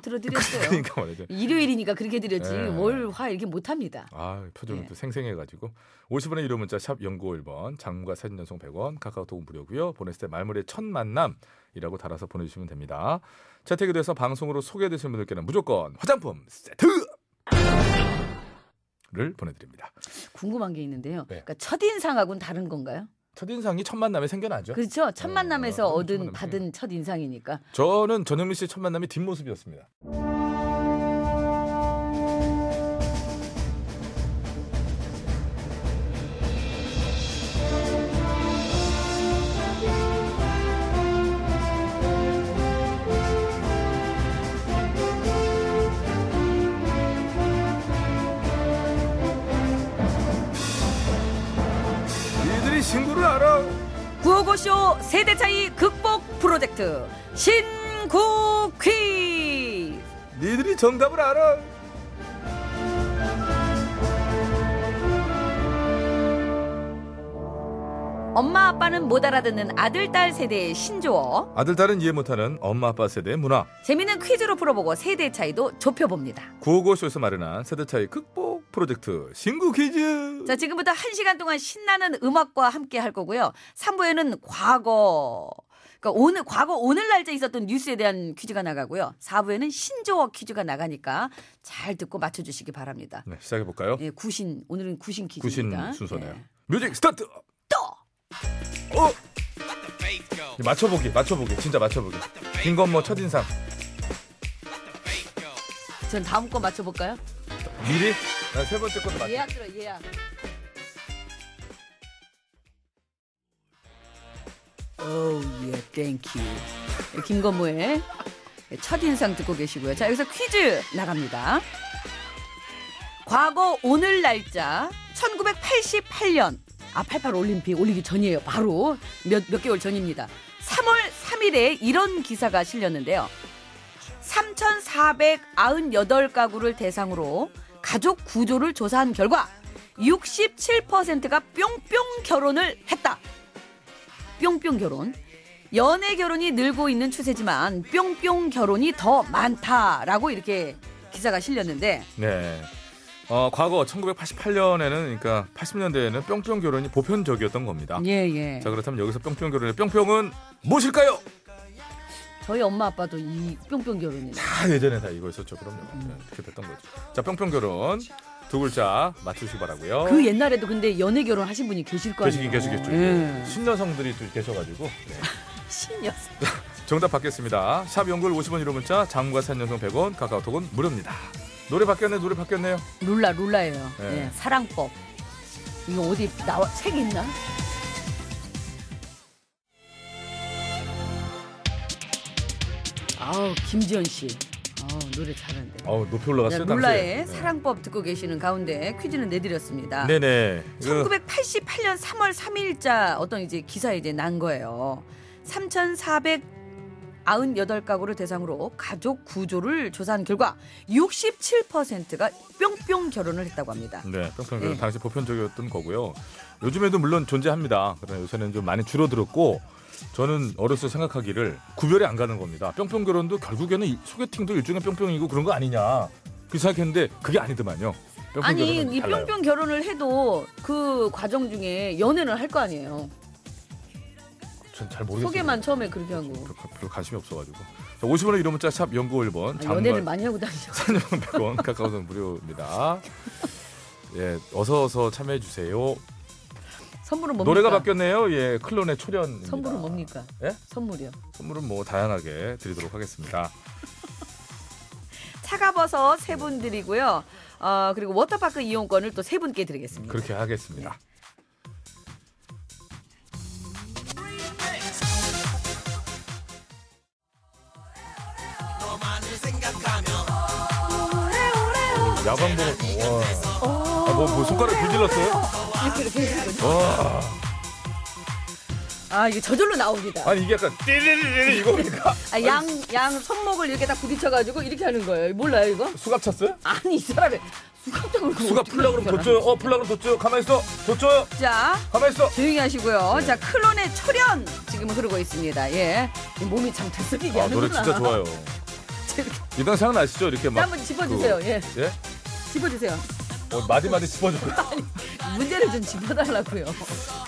S2: 들어드렸어요.
S1: 그러니까 말이죠.
S2: 일요일이니까 그렇게 드렸지
S1: 예.
S2: 월 화 이렇게 못합니다.
S1: 아, 표정이
S2: 네.
S1: 또 생생해가지고. 50원의 유료 문자 샵 0951번, 장문과 사진 전송 100원, 카카오톡은 무료고요. 보냈을 때 말머리에 첫 만남이라고 달아서 보내주시면 됩니다. 채택이 돼서 방송으로 소개되신 분들께는 무조건 화장품 세트를 보내드립니다.
S2: 궁금한 게 있는데요.
S1: 네.
S2: 그러니까 첫인상하고는 다른 건가요?
S1: 첫인상이 첫 만남에 생겨나죠.
S2: 그렇죠. 첫
S1: 어,
S2: 만남에서
S1: 첫
S2: 얻은
S1: 만남에.
S2: 받은 첫 인상이니까.
S1: 저는 전현민 씨의 첫 만남이 뒷모습이었습니다. 이들이 친구를 알아.
S2: 구호고쇼 세대 차이 극복 프로젝트 신구 퀴즈.
S1: 니들이 정답을 알아.
S2: 엄마 아빠는 못 알아듣는 아들 딸 세대의 신조어.
S1: 아들 딸은 이해 못하는 엄마 아빠 세대의 문화
S2: 재미있는 퀴즈로 풀어보고 세대 차이도 좁혀봅니다.
S1: 구호고쇼에서 마련한 세대 차이 극복 프로젝트 신구 퀴즈.
S2: 자, 지금부터 한시간 동안 신나는 음악과 함께 할 거고요. 3부에는 과거 그러니까 오늘 과거 오늘 날짜에 있었던 뉴스에 대한 퀴즈가 나가고요. 4부에는 신조어 퀴즈가 나가니까 잘 듣고 맞춰 주시기 바랍니다.
S1: 네, 시작해 볼까요?
S2: 예, 구신 오늘은 구신
S1: 구신
S2: 퀴즈입니다.
S1: 순서네요.
S2: 예.
S1: 뮤직 스타트. 또. 어. 맞춰보기, 맞춰보기, 진짜 맞춰보기. 김건모 첫인상.
S2: 예, 전 다음 거 맞춰 볼까요?
S1: 미리? 난 세 번째 것도 맞춰.
S2: 예약 들어 예약. 오우 예 땡큐. 네, 김건모의 첫인상 듣고 계시고요. 자 여기서 퀴즈 나갑니다. 과거 오늘 날짜 1988년 아 88 올림픽 올리기 전이에요. 바로 몇, 몇 개월 전입니다. 3월 3일에 이런 기사가 실렸는데요. 3,498가구를 대상으로 가족 구조를 조사한 결과 67%가 뿅뿅 결혼을 했다. 뿅뿅 결혼. 연애 결혼이 늘고 있는 추세지만 뿅뿅 결혼이 더 많다라고 이렇게 기사가 실렸는데
S1: 네. 어, 과거 1988년에는 그러니까 80년대에는 뿅뿅 결혼이 보편적이었던 겁니다.
S2: 예, 예.
S1: 아, 자 그렇다면 여기서 뿅뿅 결혼의 뿅뿅은 무엇일까요?
S2: 저희 엄마 아빠도 이 뿅뿅 결혼이
S1: 다 예전에 다 이거 있었죠. 그럼요.
S2: 음.
S1: 네, 그렇게 됐던 거죠. 자, 뿅뿅 결혼 두 글자 맞추시기 바라고요.
S2: 그 옛날에도 근데 연애 결혼 하신 분이 계실 거예요.
S1: 계시긴 계시겠죠.
S2: 예.
S1: 신여성들이 또 계셔가지고 네.
S2: 신녀.
S1: 정답 받겠습니다. 샵 연글 50원 유료 문자 장과 산연성 100원 카카오톡은 무료입니다. 노래 바뀌었네 노래 바뀌었네요.
S2: 룰라 룰라예요.
S1: 예.
S2: 예, 사랑법. 이거 어디 나와 책 있나? 아우 김지현 씨. 아, 노래 잘하는데.
S1: 어 높이 올라갔어요.
S2: 네, 몰라의
S1: 당시에.
S2: 사랑법 듣고 계시는 가운데 퀴즈는 내드렸습니다.
S1: 네네. 그-
S2: 1988년 3월 3일자 어떤 이제 기사에 이제 난 거예요. 3,498가구를 대상으로 가족 구조를 조사한 결과 67%가 뿅뿅 결혼을 했다고 합니다.
S1: 네, 평평
S2: 네.
S1: 당시 보편적이었던 거고요. 요즘에도 물론 존재합니다. 그러나 요새는 좀 많이 줄어들었고 저는 어렸을 때 생각하기를 구별이 안 가는 겁니다. 뿅뿅 결혼도 결국에는 이- 소개팅도 일종의 뿅뿅이고 그런 거 아니냐. 그 생각했는데 그게 아니더만요. 뿅뿅
S2: 아니
S1: 결혼은
S2: 이
S1: 달라요.
S2: 뿅뿅 결혼을 해도 그 과정 중에 연애는 할 거 아니에요.
S1: 전잘 모르겠어요.
S2: 소개만 처음에 그렇게 한 거.
S1: 별로, 별로 관심이 없어가지고. 50원의 유료 문자 샵 연구 1번.
S2: 아, 연애를 많이 하고 다니죠.
S1: 사냥 100원 카카오톡 무료입니다. 예, 어서 어서 참여해 주세요.
S2: 선물은 뭡니까?
S1: 노래가 바뀌었네요. 예, 클론의 초련입니다.
S2: 선물은 뭡니까?
S1: 예?
S2: 선물이요.
S1: 선물은 뭐 다양하게 드리도록 하겠습니다.
S2: 차가버섯 세 분 드리고요. 어, 그리고 워터파크 이용권을 또 세 분께 드리겠습니다.
S1: 그렇게 하겠습니다. 야광 보고 와. 아, 뭐, 뭐 손가락 불질렀어요? 와.
S2: 아 이게 저절로 나옵니다.
S1: 아니 이게 약간 띠리리리 이겁니까?
S2: 아, 양, 양 손목을 이렇게 딱 부딪혀가지고 이렇게 하는 거예요. 몰라요 이거?
S1: 수갑 찼어요?
S2: 아니 이 사람이 수갑장을 그걸
S1: 수갑
S2: 어떻게
S1: 풀라 그러면
S2: 하는
S1: 돋줘요. 어, 풀라 그러면 돋줘요. 가만히 있어. 돋줘요.
S2: 거야? 자
S1: 가만히 있어.
S2: 조용히 하시고요.
S1: 네.
S2: 자 클론의 초련 지금 흐르고 있습니다. 예, 이 몸이 참 들썩이게
S1: 아,
S2: 하는구나.
S1: 노래 진짜 좋아요.
S2: 이렇게
S1: 일단 생각나시죠? 이렇게 막.
S2: 한번 집어주세요. 예,
S1: 예?
S2: 집어주세요.
S1: 어, 마디마디 집어줘요.
S2: 문제를 좀 짚어달라고요.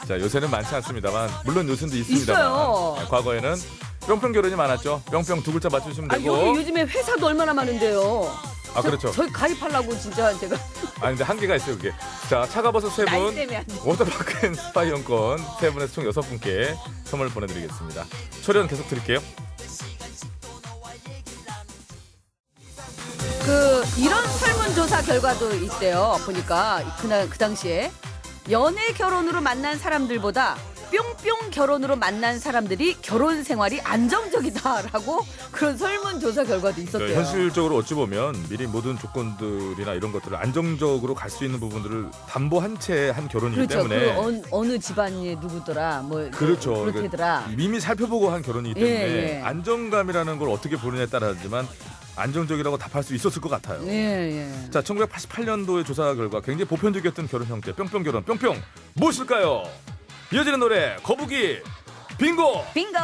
S1: 자 요새는 많지 않습니다만 물론 요새도 있습니다만
S2: 있어요.
S1: 네, 과거에는 뿅뿅 결혼이 많았죠. 뿅뿅 두 글자 맞추시면
S2: 아 여기
S1: 되고
S2: 요즘에 회사도 얼마나 많은데요.
S1: 아 그렇죠.
S2: 저희 가입하려고 진짜 제가
S1: 아 근데 한계가 있어요 그게. 자 차가버섯 세
S2: 나이
S1: 분,
S2: 때문에 안 돼.
S1: 워터파크 앤 스파 이용권 세 분에서 총 여섯 분께 선물 보내드리겠습니다. 초련 계속 드릴게요.
S2: 그 이런 설문조사 결과도 있대요. 보니까 그날 그 당시에 연애 결혼으로 만난 사람들보다 뿅뿅 결혼으로 만난 사람들이 결혼 생활이 안정적이다라고 그런 설문조사 결과도 있었대요.
S1: 그러니까 현실적으로 어찌 보면 미리 모든 조건들이나 이런 것들을 안정적으로 갈 수 있는 부분들을 담보한 채 한 결혼이기
S2: 그렇죠.
S1: 때문에
S2: 그 어, 어느 집안이 누구더라, 뭐
S1: 그렇죠.
S2: 그렇게더라.
S1: 이미 살펴보고 한 결혼이기 때문에
S2: 예, 예.
S1: 안정감이라는 걸 어떻게 보느냐에 따라지만 안정적이라고 답할 수 있었을 것 같아요.
S2: 예, 예.
S1: 자, 1988년도의 조사 결과 굉장히 보편적이었던 결혼 형태 뿅뿅 결혼 뿅뿅 무엇일까요? 이어지는 노래 거북이 빙고
S2: 빙고.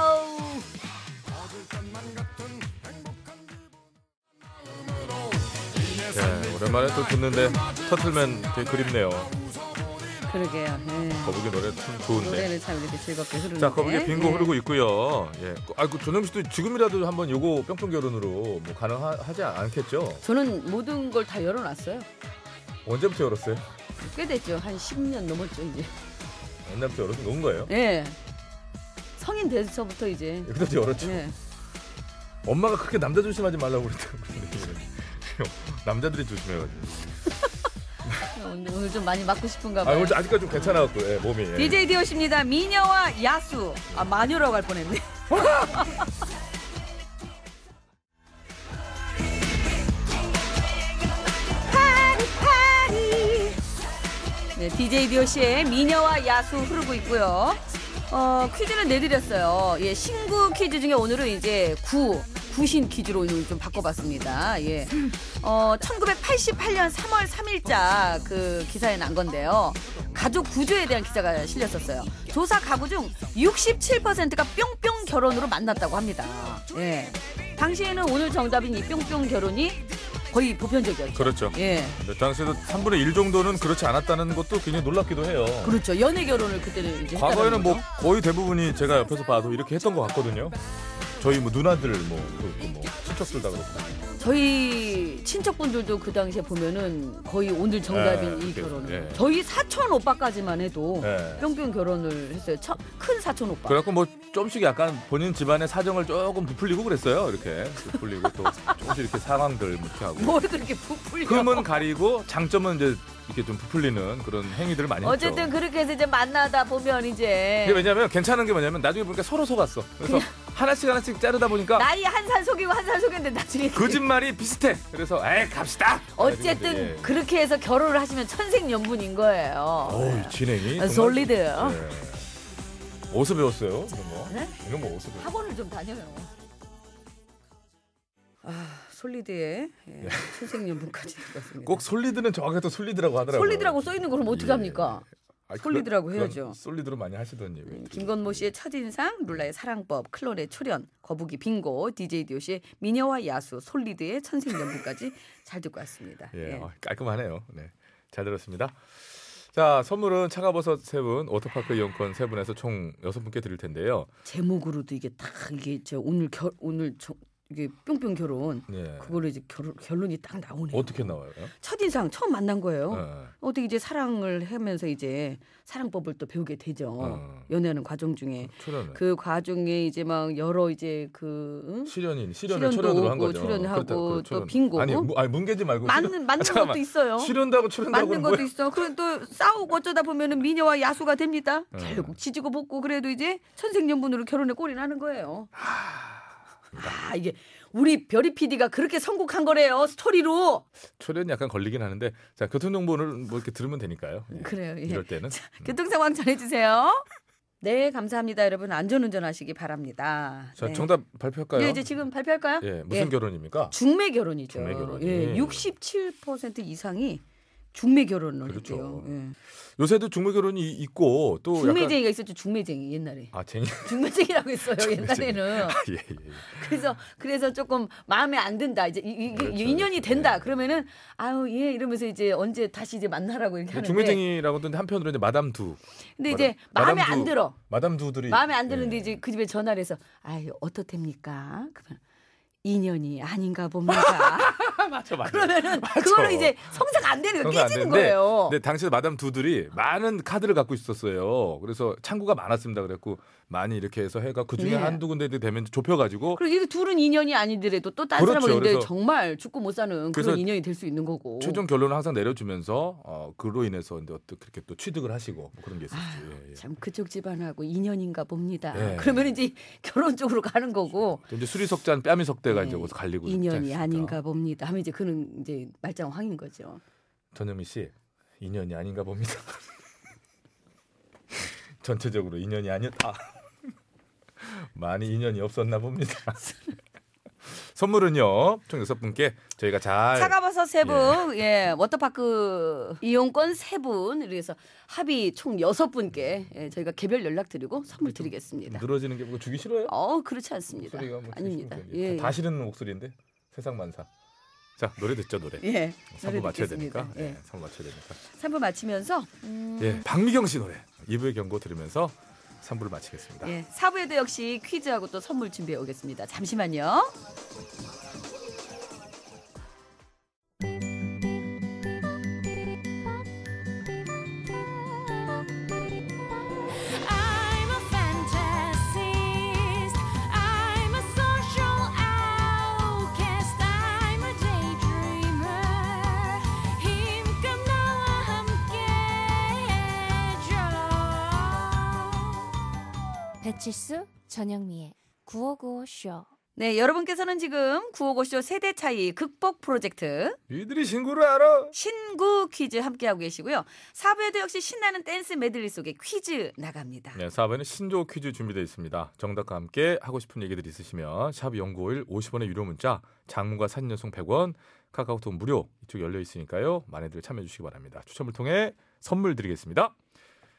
S1: 예, 오랜만에 또 듣는데 터틀맨 되게 그립네요.
S2: 그러게요. 예.
S1: 거북이 노래 참 좋은데.
S2: 노래는 참 이렇게 즐겁게 흐르는데.
S1: 자, 거북이 빙고
S2: 예.
S1: 흐르고 있고요. 예. 아이고 전영 씨도 지금이라도 한번 요거 뿅뿅 결혼으로 뭐 가능하지 않겠죠?
S2: 저는 모든 걸 다 열어놨어요.
S1: 언제부터 열었어요?
S2: 꽤 됐죠. 한 10년 넘었죠, 이제.
S1: 옛날부터 열어서 놓은 거예요?
S2: 예. 성인 돼서부터 이제.
S1: 그다지 열었죠.
S2: 예.
S1: 엄마가 그렇게 남자 조심하지 말라고 그랬다고 그러는데 남자들이 조심해가지고.
S2: 오늘, 오늘 좀 많이 맞고 싶은가
S1: 아
S2: 봐요.
S1: 오늘 아직까지 좀 괜찮아갖고 예, 몸이. 예.
S2: DJ 네. 디오십니다. 미녀와 야수. 아, 마녀라고 할 뻔했네. 파리, 파리. 네, DJ 디오씨의 미녀와 야수 흐르고 있고요. 어, 퀴즈는 내드렸어요. 예, 신구 퀴즈 중에 오늘은 이제 구, 구신 퀴즈로 오늘 좀 바꿔봤습니다. 예. 어, 1988년 3월 3일자 그 기사에 난 건데요. 가족 구조에 대한 기사가 실렸었어요. 조사 가구 중 67%가 뿅뿅 결혼으로 만났다고 합니다. 예. 당시에는 오늘 정답인 이 뿅뿅 결혼이 거의 보편적이었죠.
S1: 그렇죠.
S2: 예.
S1: 네, 당시에도 3분의 1 정도는 그렇지 않았다는 것도 굉장히 놀랍기도 해요.
S2: 그렇죠. 연애 결혼을 그때는 이제
S1: 과거에는
S2: 했다는
S1: 뭐
S2: 거죠.
S1: 거의 대부분이 제가 옆에서 봐도 이렇게 했던 것 같거든요. 저희 뭐 누나들 뭐 그렇고 뭐 친척들 다 그렇고.
S2: 저희 친척분들도 그 당시에 보면은 거의 오늘 정답인
S1: 예,
S2: 이
S1: 그렇죠.
S2: 결혼을
S1: 예.
S2: 저희 사촌 오빠까지만 해도
S1: 예.
S2: 뿅뿅 결혼을 했어요. 처, 큰 사촌 오빠.
S1: 그래갖고 뭐 조금씩 약간 본인 집안의 사정을 조금 부풀리고 그랬어요. 이렇게 부풀리고 또 조금씩 이렇게 상황들 뭐 이렇게 하고.
S2: 뭘 그렇게 부풀려?
S1: 흠은 가리고 장점은 이제 이렇게 좀 부풀리는 그런 행위들을 많이 했죠.
S2: 어쨌든 그렇게 해서 이제 만나다 보면
S1: 이게
S2: 이제
S1: 왜냐면 괜찮은 게 뭐냐면 나중에 보니까 서로 속았어. 그래서 하나씩 하나씩
S7: 하나씩 자르다 보니까
S10: 나이 한살 속이고 한살 속였는데 나중에
S1: 그
S7: 거짓말이 비슷해. 그래서 에 갑시다.
S1: 네,
S10: 어쨌든 그렇게 해서 결혼을 하시면 천생연분인 거예요.
S1: 그렇죠. 예.
S2: 네.
S1: 어우 진행이
S10: 아,
S1: 정말-
S10: 솔리드요.
S1: 네. 어디서 배웠어요? 이런 거.
S10: 네?
S1: 이런 거 어디서 배웠어요?
S10: 학원을 좀 다녀요.
S2: 아, 솔리드의 예, 선생님분까지 들었습니다.
S1: 네. 꼭 솔리드는 정확하게 또 솔리드라고 하더라고요.
S10: 솔리드라고 써 있는 걸 그럼 어떻게
S1: 예.
S10: 합니까?
S1: 아, 그런-
S2: 솔리드라고
S1: 그런
S2: 해야죠.
S1: 솔리드로 많이 하시던 얘기.
S2: 음, 김건모 씨의 첫인상, 룰라의 사랑법, 클론의 출연, 거북이 빙고, DJ 디오 씨의 미녀와 야수, 솔리드의 천생연분까지 잘 듣고 왔습니다.
S1: 예,
S2: 예.
S1: 어, 깔끔하네요. 네, 잘 들었습니다. 자, 선물은 차가버섯 세 분, 워터파크 이용권 세 분에서 총 여섯 분께 드릴 텐데요.
S2: 제목으로도 이게 딱 이게 저 오늘 결 오늘 저, 이게 뿅뿅 결혼
S1: 예.
S2: 그걸로 이제 결, 결론이 딱 나오네요.
S1: 어떻게 나와요? 예.
S2: 첫인상 처음 만난 거예요.
S1: 어.
S2: 어떻게 이제 사랑을 하면서 이제 사랑법을 또 배우게 되죠.
S1: 어.
S2: 연애하는 과정 중에
S1: 출연을.
S2: 그 과정에 이제 막 여러 이제 그 응?
S1: 실연인, 실연을
S2: 실연도
S1: 출연으로 한
S2: 오고
S1: 거죠.
S2: 출연을 하고
S1: 그렇다고,
S2: 또
S1: 출연.
S2: 빙고고.
S1: 아니, 무, 아니 뭉개지 말고.
S2: 맞는 맞는
S1: 잠깐만.
S2: 것도 있어요.
S1: 출연다고 출연다고 뭐
S2: 맞는 것도 있어. 그럼 또 싸우고 어쩌다 보면은 미녀와 야수가 됩니다.
S1: 음.
S2: 결국 지지고 볶고 그래도 이제 천생연분으로 결혼에 꼴이 나는 거예요.
S10: 아 이게 우리 별이 PD가 그렇게 선곡한 거래요 스토리로.
S1: 출연 약간 걸리긴 하는데 자 교통 정보를 뭐 이렇게 들으면 되니까요. 예.
S2: 그래요. 예.
S1: 이럴 때는
S2: 교통 상황 전해주세요. 네, 감사합니다, 여러분. 안전운전 하시기 바랍니다.
S1: 자
S2: 네.
S1: 정답 발표할까요?
S2: 네, 이제 지금 발표할까요?
S1: 예 무슨
S2: 예.
S1: 결혼입니까?
S2: 중매 결혼이죠.
S1: 중매 결혼이.
S2: 예, 67% 이상이 중매 결혼을
S1: 그렇죠.
S2: 했대요. 예.
S1: 요새도 중매 결혼이 있고 또 약간
S2: 중매쟁이가 있었죠. 중매쟁이 옛날에.
S1: 아 쟁이
S10: 중매쟁이라고 했어요 옛날에는.
S1: 예, 예.
S10: 그래서 그래서 조금 마음에 안 든다 이제 이, 이,
S1: 그렇죠.
S10: 게 인연이 된다 그러면은 아유 얘 이러면서 이제 언제 다시 이제 만나라고 이렇게 하는데.
S1: 근데 중매쟁이라고도 한편으로 이제 마담 두
S10: 근데 이제
S1: 마담-
S10: 마음에 안
S1: 마담두-
S10: 들어.
S1: 마담 두들이
S10: 마음에 안 드는데
S1: 예.
S10: 이제 그 집에 전화를 해서 아유 어떻답니까? 그러면 인연이 아닌가 봅니다.
S1: 맞아, 맞아.
S10: 그러면은 그거를 이제 성사가 안 되는
S1: 그건
S10: 거예요.
S1: 안
S10: 깨지는
S1: 되는데,
S10: 거예요.
S1: 근데 당시 마담 두들이 많은 카드를 갖고 있었어요. 그래서 창구가 많았습니다. 그랬고 많이 이렇게 해서 해가 그 중에
S2: 네.
S1: 한두 군데 되면 좁혀가지고
S10: 예. 그리고 이게 둘은 인연이 아니더라도 또 다른
S1: 그렇죠.
S10: 사람을
S1: 그래서-
S10: 있는데 정말 죽고 못 사는
S1: 그래서
S10: 그런 인연이 될 수 있는 거고.
S1: 최종 결론을 항상 내려주면서 어, 그로 인해서 이제 어떻게 그렇게 또 취득을 하시고 뭐 그런 게 있었죠.
S10: 아,
S1: 예, 예.
S2: 참 그쪽 집안하고 인연인가 봅니다.
S1: 예.
S10: 그러면 이제 결혼 쪽으로 가는 거고
S1: 또 이제 수리석잔 뺨이석대가
S10: 네.
S1: 이제 거기서 갈리고 있지
S2: 네. 인연이
S1: 않습니까?
S2: 아닌가 봅니다. 하면 이제 그는 이제 말짱 황인 거죠.
S1: 전현미 씨 인연이 아닌가 봅니다. 전체적으로 인연이 아니었다. 많이 인연이 없었나 봅니다. 선물은요 총 여섯 분께 저희가 잘
S10: 차가버섯 세 분, 예. 워터파크 이용권 세 분, 그래서 합의 총 여섯 분께 예, 저희가 개별 연락 드리고 선물 드리겠습니다.
S1: 늘어지는 게 보고 주기 싫어요?
S10: 어 그렇지 않습니다.
S1: 그렇죠. 그 목소리가 뭐
S10: 아닙니다.
S1: 되게
S10: 예,
S1: 다 싫은 목소리인데 세상 만사. 자 노래 듣죠 노래.
S10: 예. 예.
S1: 선물 맞춰야 되니까.
S2: 예.
S1: 예, 선물 맞춰야 되니까.
S2: 3부 마치면서
S1: 예, 박미경 씨 노래 2부의 경고 들으면서 3부를 마치겠습니다.
S2: 예, 4부에도 역시 퀴즈하고 또 선물 준비해 오겠습니다. 잠시만요.
S6: I'm a fantasist. I'm a social outcast. I'm a daydreamer. 힘껏 나와 함께 해줘. 배칠수 전영미의 9595쇼.
S2: 네, 여러분께서는 지금 955쇼 세대 차이 극복 프로젝트
S1: 이들이 신고를 알아.
S2: 신구 퀴즈 함께하고 계시고요. 4부에도 역시 신나는 댄스 메들리 속에 퀴즈 나갑니다.
S1: 네, 4부에는 신조 퀴즈 준비되어 있습니다. 정답과 함께 하고 싶은 얘기들 있으시면 샵 0951 50원의 유료 문자, 장문과 사진 연속 100원, 카카오톡 무료 이쪽 열려 있으니까요. 많이들 참여해 주시기 바랍니다. 추첨을 통해 선물 드리겠습니다.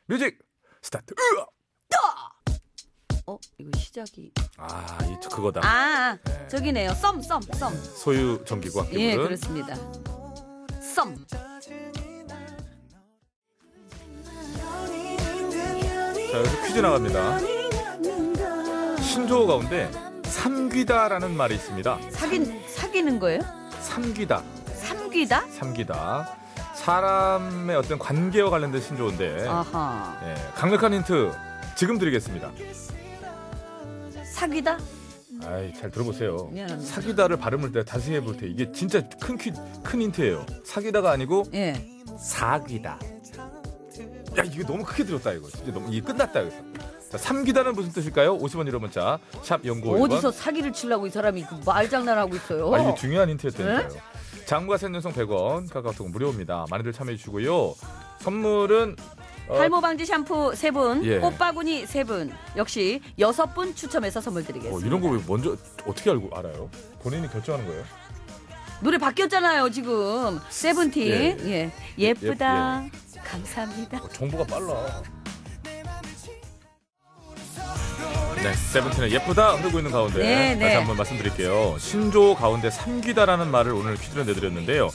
S1: 뮤직 스타트. 으아!
S2: 어, 이거 시작이
S1: 아, 이 그거다.
S2: 아,
S1: 네.
S2: 저기네요. 썸, 썸, 썸.
S1: 소유 정기과
S2: 예,
S1: 부른
S2: 그렇습니다. 썸.
S1: 자, 여기서 퀴즈 나갑니다. 신조 가운데 삼귀다라는 말이 있습니다.
S2: 사귄 사귀는 거예요?
S1: 삼귀다.
S2: 삼귀다?
S1: 네. 삼기다 사람의 어떤 관계와 관련된 신조어인데
S2: 아하.
S1: 예, 강력한 힌트 지금 드리겠습니다.
S2: 사귀다?
S1: 아이, 잘 들어보세요.
S2: 미안합니다.
S1: 사귀다를 발음을 때 다시 해볼 때 이게 진짜 큰, 퀴, 큰 힌트예요. 사귀다가 아니고
S2: 예.
S1: 사귀다. 야 이거 너무 크게 들었다 이거 진짜 너무 이 끝났다 여기서 자, 3기단은 무슨 뜻일까요? 50원 유료 문자 샵 연구
S2: 어디서 사기를 치려고 이 사람이 그 말장난하고 있어요.
S1: 뭐 아, 이게 중요한 힌트였다니까요.
S2: 네?
S1: 장과 생년송 100원, 카카오톡 무료입니다. 많이들 참여해 주시고요. 선물은 어,
S6: 탈모 방지 샴푸 세 분,
S1: 예.
S6: 꽃바구니 세 분, 역시 여섯 분 추첨해서 선물 드리겠습니다.
S1: 어, 이런 거 왜 먼저 어떻게 알고 알아요? 본인이 결정하는 거예요.
S6: 노래 바뀌었잖아요 지금 세븐틴
S1: 예,
S6: 예, 예. 쁘다 감사합니다
S1: 어, 정보가 빨라. 네, 세븐틴의 예쁘다 흐르고 있는 가운데
S6: 네, 네.
S1: 다시 한번 말씀드릴게요. 신조 가운데 3기다라는 말을 오늘 퀴즈로 내드렸는데요.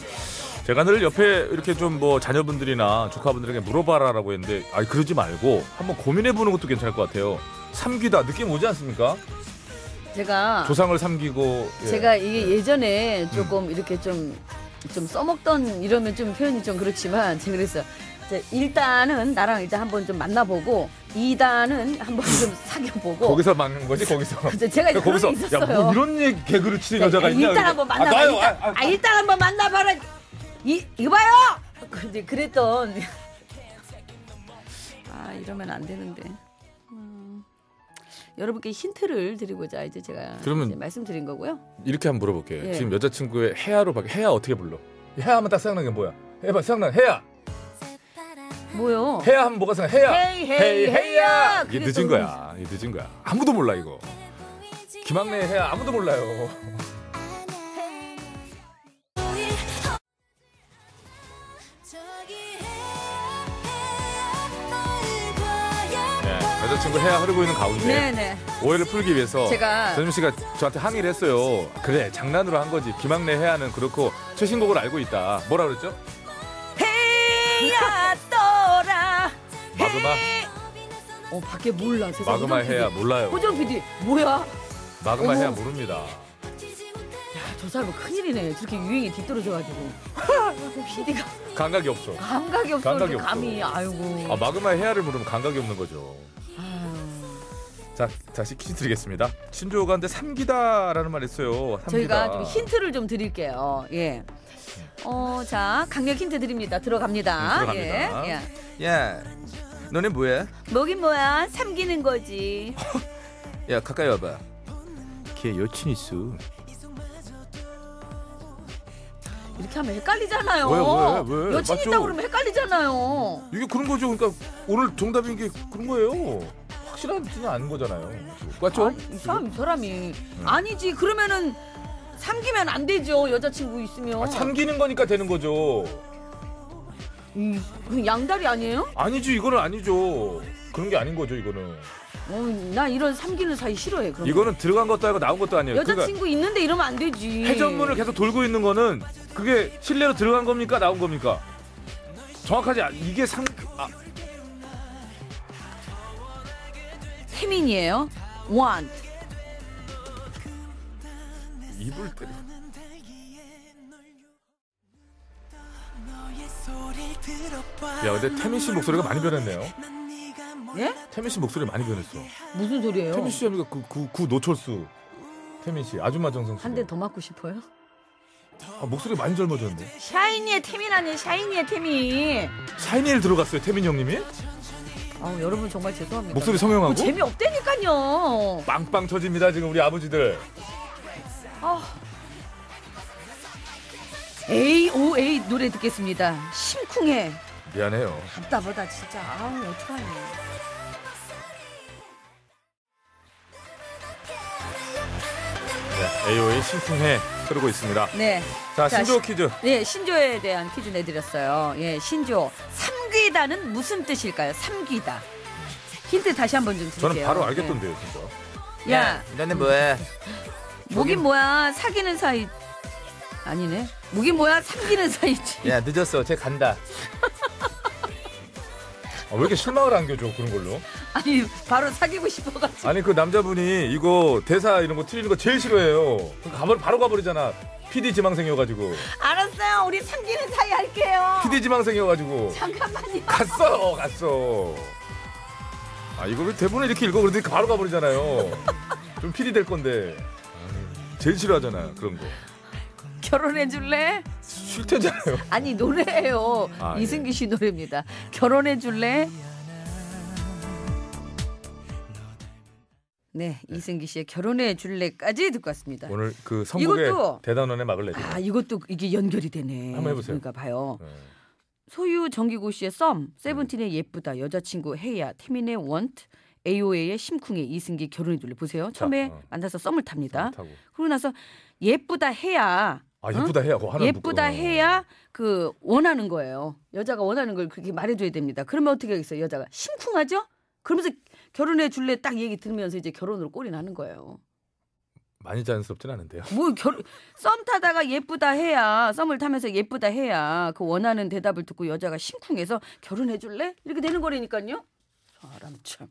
S1: 제가 늘 옆에 이렇게 좀 뭐 자녀분들이나 조카분들에게 물어봐라라고 했는데 아 그러지 말고 한번 고민해보는 것도 괜찮을 것 같아요. 3기다 느낌 오지 않습니까?
S2: 제가
S1: 조상을 삼기고 예. 음.
S2: 제가 이게 예전에 조금 이렇게 좀, 좀 써먹던 이러면 좀 표현이 좀 그렇지만 제가 그랬어요. 이제 일단은 나랑 이제 한번 좀 만나보고 이단은 한번 좀 사귀어보고
S1: 거기서 막는 거지 거기서
S2: 그래서 제가 이제 그런
S1: 거기서
S2: 게 있었어요. 네,
S1: 야 뭐 이런 얘기 개그를 치는 여자가 있냐
S2: 일단 한번 만나봐.
S1: 아, 나요?
S2: 일단,
S1: 아, 아,
S2: 아, 일단 한번 만나봐라. 이 이봐요. 근데 그랬던
S6: 아 이러면 안 되는데 음, 여러분께 힌트를 드리고자 이제 제가
S1: 그러면-
S6: 이제 말씀드린 거고요
S1: 이렇게 한번 물어볼게요.
S6: 예.
S1: 지금 여자친구의 해야로 바 해야 어떻게 불러? 해야하면 딱 생각나는 게 뭐야? 해봐 생각나 해야
S6: 뭐요
S1: 해야 하면 뭐가 생각? 해야
S2: 헤이 헤이 헤이야.
S1: 이게
S2: 그래서
S1: 늦은 거야. 아, 이게 늦은 거야. 아무도 몰라 이거. 김학래
S2: 예.
S1: 의 해야 네, 아무도 몰라요. 네, 여자친구 해야 흐르고 있는 가운데
S6: 네네
S1: 오해를 풀기 위해서
S6: 제가-
S1: 전준 씨가 저한테 항의를 했어요. 그래 장난으로 한 거지. 김학래 해야는 그렇고 최신곡을 알고 있다. 뭐라 그랬죠?
S6: 헤야 떠라
S1: 마그마
S2: 어 밖에 몰라. 세상에.
S1: 마그마
S2: 호정 PD.
S1: 해야 뭐. 몰라요.
S2: 호정 PD 뭐야?
S1: 마그마 해야
S2: 어? 어머.
S1: 모릅니다.
S2: 저 사람은 큰일이네. 저렇게 유행에 뒤떨어져가지고 PD가
S1: 감각이 없죠.
S2: 감각이 없어.
S1: 감각이
S2: 이렇게 감이
S1: 없어.
S2: 아이고.
S1: 아, 마그마 의 해야를 부르면 감각이 없는 거죠.
S2: 아유.
S1: 자, 다시 퀴즈 드리겠습니다. 신조어가인데 삼기다라는 말 있어요. 삼기다.
S2: 저희가 좀 힌트를 좀 드릴게요. 예. 어, 자, 강력 힌트 드립니다. 들어갑니다.
S1: 음, 들어갑니다.
S2: 예. 예.
S7: 야, 너네 뭐야?
S6: 뭐긴 뭐야 삼기는 거지
S7: 야, 가까이 와봐. 걔 여친 있어.
S2: 이렇게 하면 헷갈리잖아요.
S1: 왜, 왜, 왜?
S2: 여친
S1: 맞죠?
S2: 있다고 그러면 헷갈리잖아요.
S1: 이게 그런 거죠. 그러니까 오늘 정답인 게 그런 거예요. 확실하지는 않은 거잖아요. 맞죠?
S2: 아니, 이 사람, 이 사람이.
S1: 음.
S2: 아니지. 그러면은 삼기면 안 되죠. 여자친구 있으면.
S1: 아, 참기는 거니까 되는 거죠.
S2: 음, 그 양다리 아니에요?
S1: 아니지, 이거는 아니죠. 그런 게 아닌 거죠, 이거는.
S2: 어, 나 이런 삼기는 사이 싫어해. 그럼.
S1: 이거는 들어간 것도 아니고 나온 것도 아니에요. 그러니까
S2: 여자친구 있는데 이러면 안 되지.
S1: 해전문을 계속 돌고 있는 거는 그게 실내로 들어간 겁니까, 나온 겁니까? 정확하지 않. 이게 상. 아,
S2: 태민이에요. 원.
S1: 입을 때려. 야, 근데 태민 씨 목소리가 많이 변했네요.
S2: 예?
S1: 태민 씨 목소리 많이 변했어.
S2: 무슨 소리예요?
S1: 태민 씨 하니까 그, 그, 그 노철수. 태민 씨, 아줌마 정성 씨.
S2: 한 대 더 맞고 싶어요?
S1: 아, 목소리 많이 젊어졌는데.
S2: 샤이니의 태민 아니에요. 샤이니의 태민.
S1: 샤이니를 들어갔어요, 태민 형님이?
S2: 아, 여러분 정말 죄송합니다.
S1: 목소리 성형하고?
S2: 뭐 재미없다니까요.
S1: 빵빵 터집니다, 지금 우리 아버지들.
S2: AOA 노래 듣겠습니다. 심쿵해.
S1: 미안해요.
S2: 답답하다 진짜. 아우 어떡하냐.
S1: 네, AO의 심쿵해 흐르고 있습니다.
S2: 네.
S1: 자,
S2: 자,
S1: 신조어
S2: 시-
S1: 퀴즈.
S2: 네, 신조에 대한 퀴즈 내드렸어요. 예, 신조. 삼귀다는 무슨 뜻일까요? 삼귀다. 힌트 다시 한번 좀 드릴게요.
S1: 저는 바로 알겠던데요, 네, 진짜.
S2: 예. 야,
S7: 너네 뭐야?
S2: 뭐긴 뭐야. 사귀는 사이. 아니네. 뭐긴 뭐야. 삼귀는 사이지.
S7: 야, 늦었어. 쟤 간다.
S1: 아, 왜 이렇게 실망을 안겨줘, 그런 걸로?
S2: 아니, 바로 사귀고 싶어가지고.
S1: 아니 그 남자분이 이거 대사 이런 거 틀리는 거 제일 싫어해요. 가버 바로 가버리잖아. PD 지망생이어가지고
S2: 알았어요. 우리 삼귀는 사이 할게요.
S1: PD 지망생이어가지고
S2: 잠깐만요.
S1: 갔어 갔어. 아 이거를 대본을 이렇게 읽어 그러더니 바로 가버리잖아요. 좀 PD 될 건데 제일 싫어하잖아 그런 거.
S2: 결혼해 줄래?
S1: 싫대잖아요.
S2: 아니 노래예요.
S1: 아,
S2: 이승기 씨 노래입니다. 결혼해 줄래? 네, 이승기 씨의 결혼해 줄래까지 듣고 왔습니다.
S1: 오늘 그 선곡의
S2: 이것도-
S1: 대단원의 막을 내죠.
S2: 아, 이것도 이게 연결이 되네.
S1: 한번 해보세요.
S2: 그러니까 봐요.
S1: 네.
S2: 소유 정기고 씨의 썸, 세븐틴의 예쁘다, 여자친구 헤이야, 태민의 원트, AOA의 심쿵의 이승기 결혼해 줄래 보세요. 처음에
S1: 어.
S2: 만나서 썸을 탑니다.
S1: 타고.
S2: 그러고 나서 예쁘다 해야
S1: 아 예쁘다 해야 그거 하나 네.
S2: 예쁘다
S1: 묶어.
S2: 해야 그 원하는 거예요. 여자가 원하는 걸 그렇게 말해줘야 됩니다. 그러면 어떻게 하겠어요? 여자가 심쿵하죠? 그러면서 결혼해 줄래 딱 얘기 들으면서 이제 결혼으로 꼴이 나는 거예요.
S1: 많이 자연스럽진 않은데요.
S2: 뭐 결, 썸 타다가 예쁘다 해야 썸을 타면서 예쁘다 해야 그 원하는 대답을 듣고 여자가 심쿵해서 결혼해 줄래? 이렇게 되는 거라니까요. 사람 참.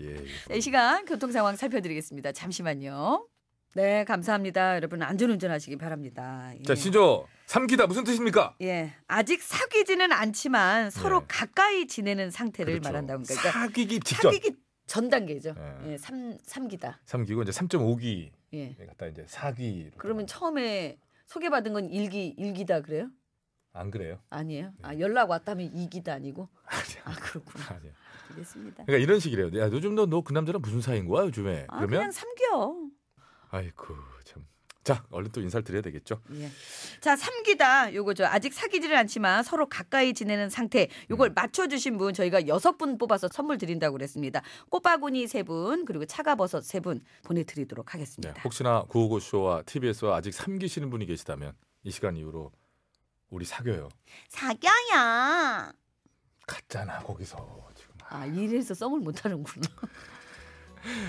S1: 예.
S2: 자, 이 시간 교통 상황 살펴드리겠습니다. 잠시만요. 네, 감사합니다. 여러분 안전운전 하시기 바랍니다. 예.
S1: 자 신조 삼기다 무슨 뜻입니까?
S2: 예, 아직 사귀지는 않지만 서로
S1: 예.
S2: 가까이 지내는 상태를
S1: 그렇죠.
S2: 말한다는 거니까 그러니까
S1: 사귀기 직전.
S2: 사귀기 전 단계죠.
S1: 예.
S2: 예, 삼 삼기다.
S1: 삼기고 이제 3.5기 네,
S2: 예.
S1: 갖다 이제 4기.
S2: 그러면 처음에 소개받은 건 일기 일기다 그래요?
S1: 안 그래요?
S2: 아니에요. 아 연락 왔다면 이기다 아니고.
S1: 네. 아니요.
S2: 아 그렇구나.
S1: 아니요.
S2: 알겠습니다.
S1: 그러니까 이런 식이래요. 야, 요즘 너 그 남자랑 무슨 사이인 거야 요즘에?
S2: 아,
S1: 그러면
S2: 그냥 삼겨.
S1: 아이고 참. 자 얼른 또 인사를 드려야 되겠죠.
S2: 예. 자, 삼기다. 요거 저 아직 사귀지는 않지만 서로 가까이 지내는 상태.
S1: 음.
S2: 요걸 맞춰 주신 분 저희가 여섯 분 뽑아서 선물 드린다고 그랬습니다. 꽃바구니 세 분, 그리고 차가버섯 세 분 보내 드리도록
S1: 네,
S2: 하겠습니다.
S1: 혹시나 구호고 쇼와 TBS와 아직 삼기시는 분이 계시다면 이 시간 이후로 우리 사겨요.
S2: 사겨요.
S1: 갔잖아 거기서 지금.
S2: 아, 이래서 썸을 못 하는구나.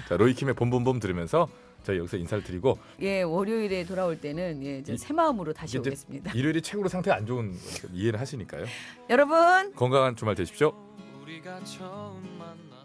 S1: 자 로이킴의 봄봄봄 들으면서 저희 여기서 인사를 드리고
S2: 예, 월요일에 돌아올 때는 예, 이제
S1: 이-
S2: 새 마음으로 다시
S1: 이게 이제
S2: 오겠습니다.
S1: 일요일이 최고로 상태 안 좋은 거니까 이해를 하시니까요.
S2: 여러분
S1: 건강한 주말 되십시오.
S11: 우리가 처음 만나